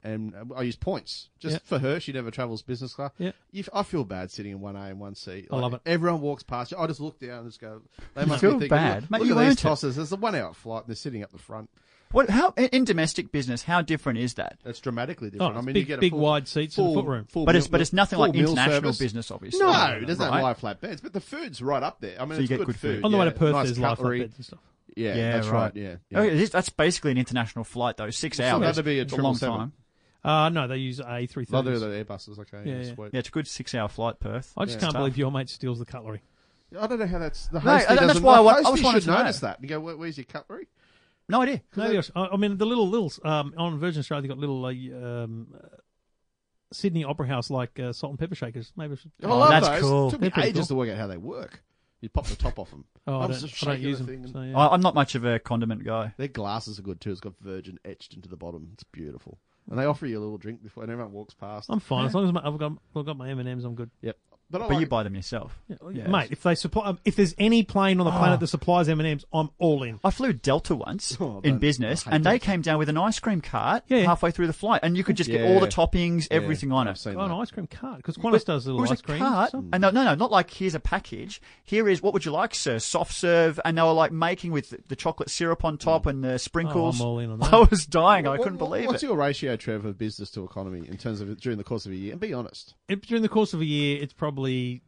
and uh, I use points just Yeah. for her. She never travels business class. Yeah. You, I feel bad sitting in one A and one C. I love it. Everyone walks past you. I just look down and just go. They must feel be thinking, bad. Look, Mate, look you at earned these it. tossers. There's a one-hour flight. and They're sitting up the front. What? How in in domestic business? How different is that? That's dramatically Oh, different. it's I mean, big, you get a big full, wide seats full, in the foot room. full But it's meal- but it's nothing full like meal international service. business, obviously. No, there's no Right? live flat beds, but the food's right up there. I mean, So you it's get good good food. food. on the way to yeah, Perth, nice there's life cutlery. beds and stuff. Yeah, Yeah, that's right. Oh, right. Yeah, yeah. Okay, this- that's basically an international flight though, six It's not hours. going to be a It's a long 777. time. Uh, no, they use A330s. Oh, they're the Airbuses, okay. Yeah, Yeah, yeah. sweet. Yeah, it's a good six-hour flight, Perth. I just Yeah. can't Tough. believe your mate steals the cutlery. I don't know how that's the No, host. and that's doesn't, why I the wa- I hostie was wanting should to know. notice that. You go, Where, where's your cutlery? No idea. No, yes. I, I mean the little little um, on Virgin Australia they got little uh, um, uh, Sydney Opera House like uh, salt and pepper shakers. Maybe I should. I Oh, love that's those. cool. It took me They're pretty ages cool. to work out how they work. You pop the top off them. Oh, I I'm don't, just I don't shaking use the them. thing and- So, yeah. I, I'm not much of a condiment guy. Their glass is good too. It's got virgin etched into the bottom. It's beautiful. And they offer you a little drink before, and everyone walks past. I'm fine as long as my, I've got I've got my M and M's. I'm good. yep. But, I But like you buy them yourself. Yeah. Oh. Mate, if they supply, um, if there's any plane on the planet that supplies M and M's, I'm all in. I flew Delta once Oh, in don't- business, I hate and they Delta. came down with an ice cream cart Yeah, yeah. halfway through the flight, and you could just get all the Yeah. toppings, everything on I've it. seen Oh, an that. ice cream cart because Qantas does It little was ice a cream. cart, stuff. and no, no, no, not like here's a package. Here is what would you like, sir? Soft serve, and they were like making with the- the chocolate syrup on top and the sprinkles. Mm. Oh, all in on I that. was dying. I What- couldn't what- believe What's it. your ratio, Trev, of business to economy in terms of during the course of a year? And be honest. If- during the course of a year, it's probably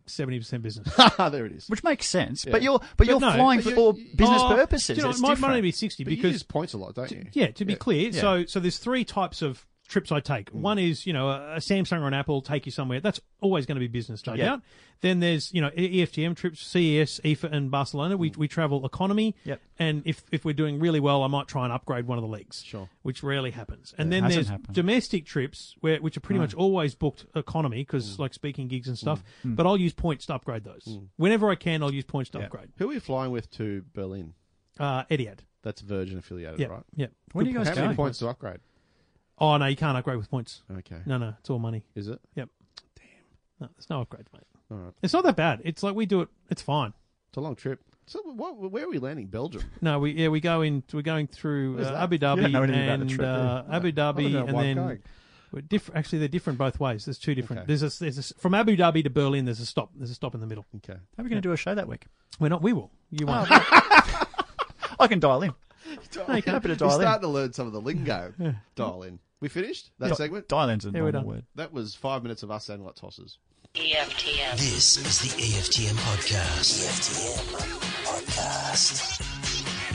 seventy percent business. there it is. Which makes sense, Yeah. but you're but, you're no, flying but for you- all you- business Oh, purposes. You know, it's it might, might different. only be sixty But you because use points a lot, don't you? Yeah, to be clear, so so there's three types of trips I take. One is you know a, a Samsung or an Apple take you somewhere. That's always going to be business, no Yeah. doubt. Then there's you know E- EFTM trips, CES, IFA, and Barcelona. We we travel economy, Yep. and if if we're doing really well, I might try and upgrade one of the legs, Sure. which rarely happens. And then hasn't there's happened. domestic trips where which are pretty much always booked economy because like speaking gigs and stuff. But I'll use points to upgrade those whenever I can. I'll use points to upgrade. Who are you flying with to Berlin? Uh, Etihad, That's Virgin affiliated, yeah, right? yeah. When are you How guys many going? points to upgrade? Oh no, you can't upgrade with points. Okay. No, no, it's all money. Is it? Yep. Damn. No, there's no upgrades, mate. All right. It's not that bad. It's like we do it. It's fine. It's a long trip. So what, where are we landing? Belgium. No, we yeah we go in. We're going through Where's uh, that? Abu Dhabi don't know anything about the and trip, do you? uh, Abu I don't know Dhabi, and why I'm then going. we're diff- Actually, they're different both ways. There's two different. Okay. There's a, there's a, from Abu Dhabi to Berlin. There's a stop. There's a stop in the middle. Okay. How are we going to do a show that week? We're not. We will. You won't. Oh, I can dial in. No, you can't. Happy to We're dial in. starting to learn some of the lingo. Dial in. We finished that segment. Dial in's a Yeah, we're normal done. word. That was five minutes of us saying what tosses. EFTM. This is the EFTM podcast. EFTM podcast.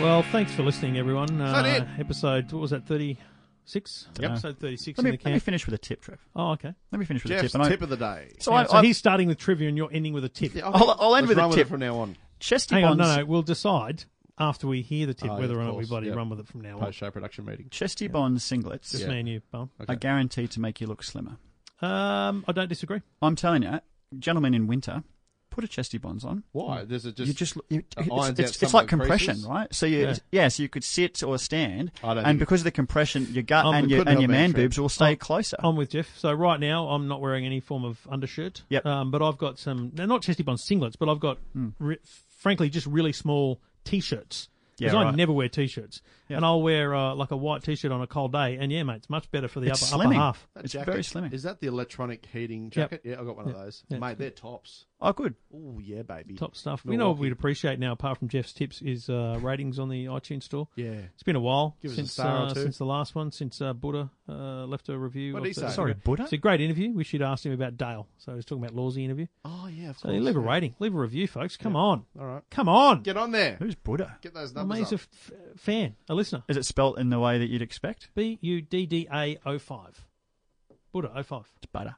Well, thanks for listening, everyone. Uh, that it? Episode what was that? Thirty six. know. Episode thirty six Let in me, the let me camp. finish with a tip, Trev. Oh, okay. Let me finish with Jeff's a tip. And tip I, of the day. so Yeah, I, so I, he's starting with trivia, and you're ending with a tip. Yeah, I'll- I'll end let's with a run tip. it from now on. Chesty Hang on, Bonds. no, no. We'll decide after we hear the tip Oh, yeah, whether of or not we course, bloody yeah. run with it from now on. Post show production meeting. Chesty Bonds singlets Just Yeah. me and you, Bowen. are guaranteed to make you look slimmer. Um, I don't disagree. I'm telling you, gentlemen in winter, put a Chesty Bonds on. Why? Does it just? you just you, uh, it's, irons it's, out it's some of like the compression, creases? right? So you Yeah. yeah. so you could sit or stand, I don't and think- because of the compression, your gut Um, and it your couldn't help and your but man true. Um, boobs will stay closer. I'm with Jeff. So right now, I'm not wearing any form of undershirt. Yep. Um, but I've got some. They're not chesty bond singlets, but I've got, Hmm. re- frankly, just really small t-shirts. Because Yeah, I right. never wear t-shirts, Yeah. and I'll wear uh, like a white t-shirt on a cold day. And yeah, mate, it's much better for the It's upper, upper slimming. half. That It's very slimming. Is that the electronic heating jacket? Yeah, I got one of those. Yeah. Mate, they're tops. oh, good. Oh yeah, baby. Top stuff. We know what we'd appreciate now, apart from Jeff's tips, is uh, ratings on the iTunes store. Yeah. It's been a while Give us a since star or uh, two. since the last one, since uh, Buddha uh, left a review. What of did he the- say? Sorry, Buddha? It's a great interview. We should ask him about Dale. So he's talking about Lawsy interview. Oh yeah, of So course. leave a yeah. rating, leave a review, folks. Come on, All right. come on. Get on there. Who's Buddha? Get those I numbers mean, he's a up. f- f- fan, a listener. Is it spelt in the way that you'd expect? B U D D A 05. Buddha 05. It's butter.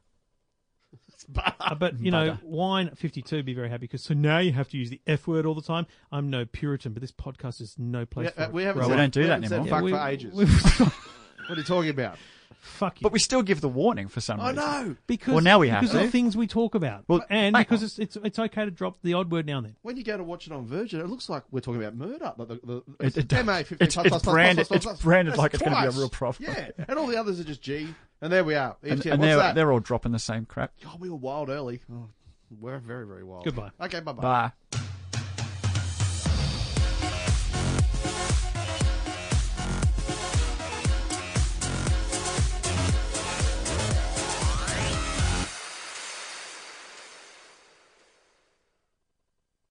Uh, but, you know, Wine 52 would be very happy because so now you have to use the F word all the time. I'm no Puritan, but this podcast is no place Yeah, for uh, it. we haven't. Well, said, we don't do that haven't said anymore. Fuck we- for ages. we- What are you talking about? fuck you. But we still give the warning for some I reason. know. Because Well, now we have because of to. the things we talk about, Well, and hang because on. it's, it's it's okay to drop the odd word now and then. When you go to watch it on Virgin, it looks like we're talking about murder. Like the, the, It- it's it does. MA 15 It's- plus, it's plus, plus, branded- plus, plus, it's plus. branded That's like it's gonna be a twice. real problem. Yeah, and all the others are just G. And there we are. And, EFTM, what's and they're that? they're all dropping the same crap. God, we were wild early. Oh, we're very very wild. Goodbye. Okay, bye bye. Bye.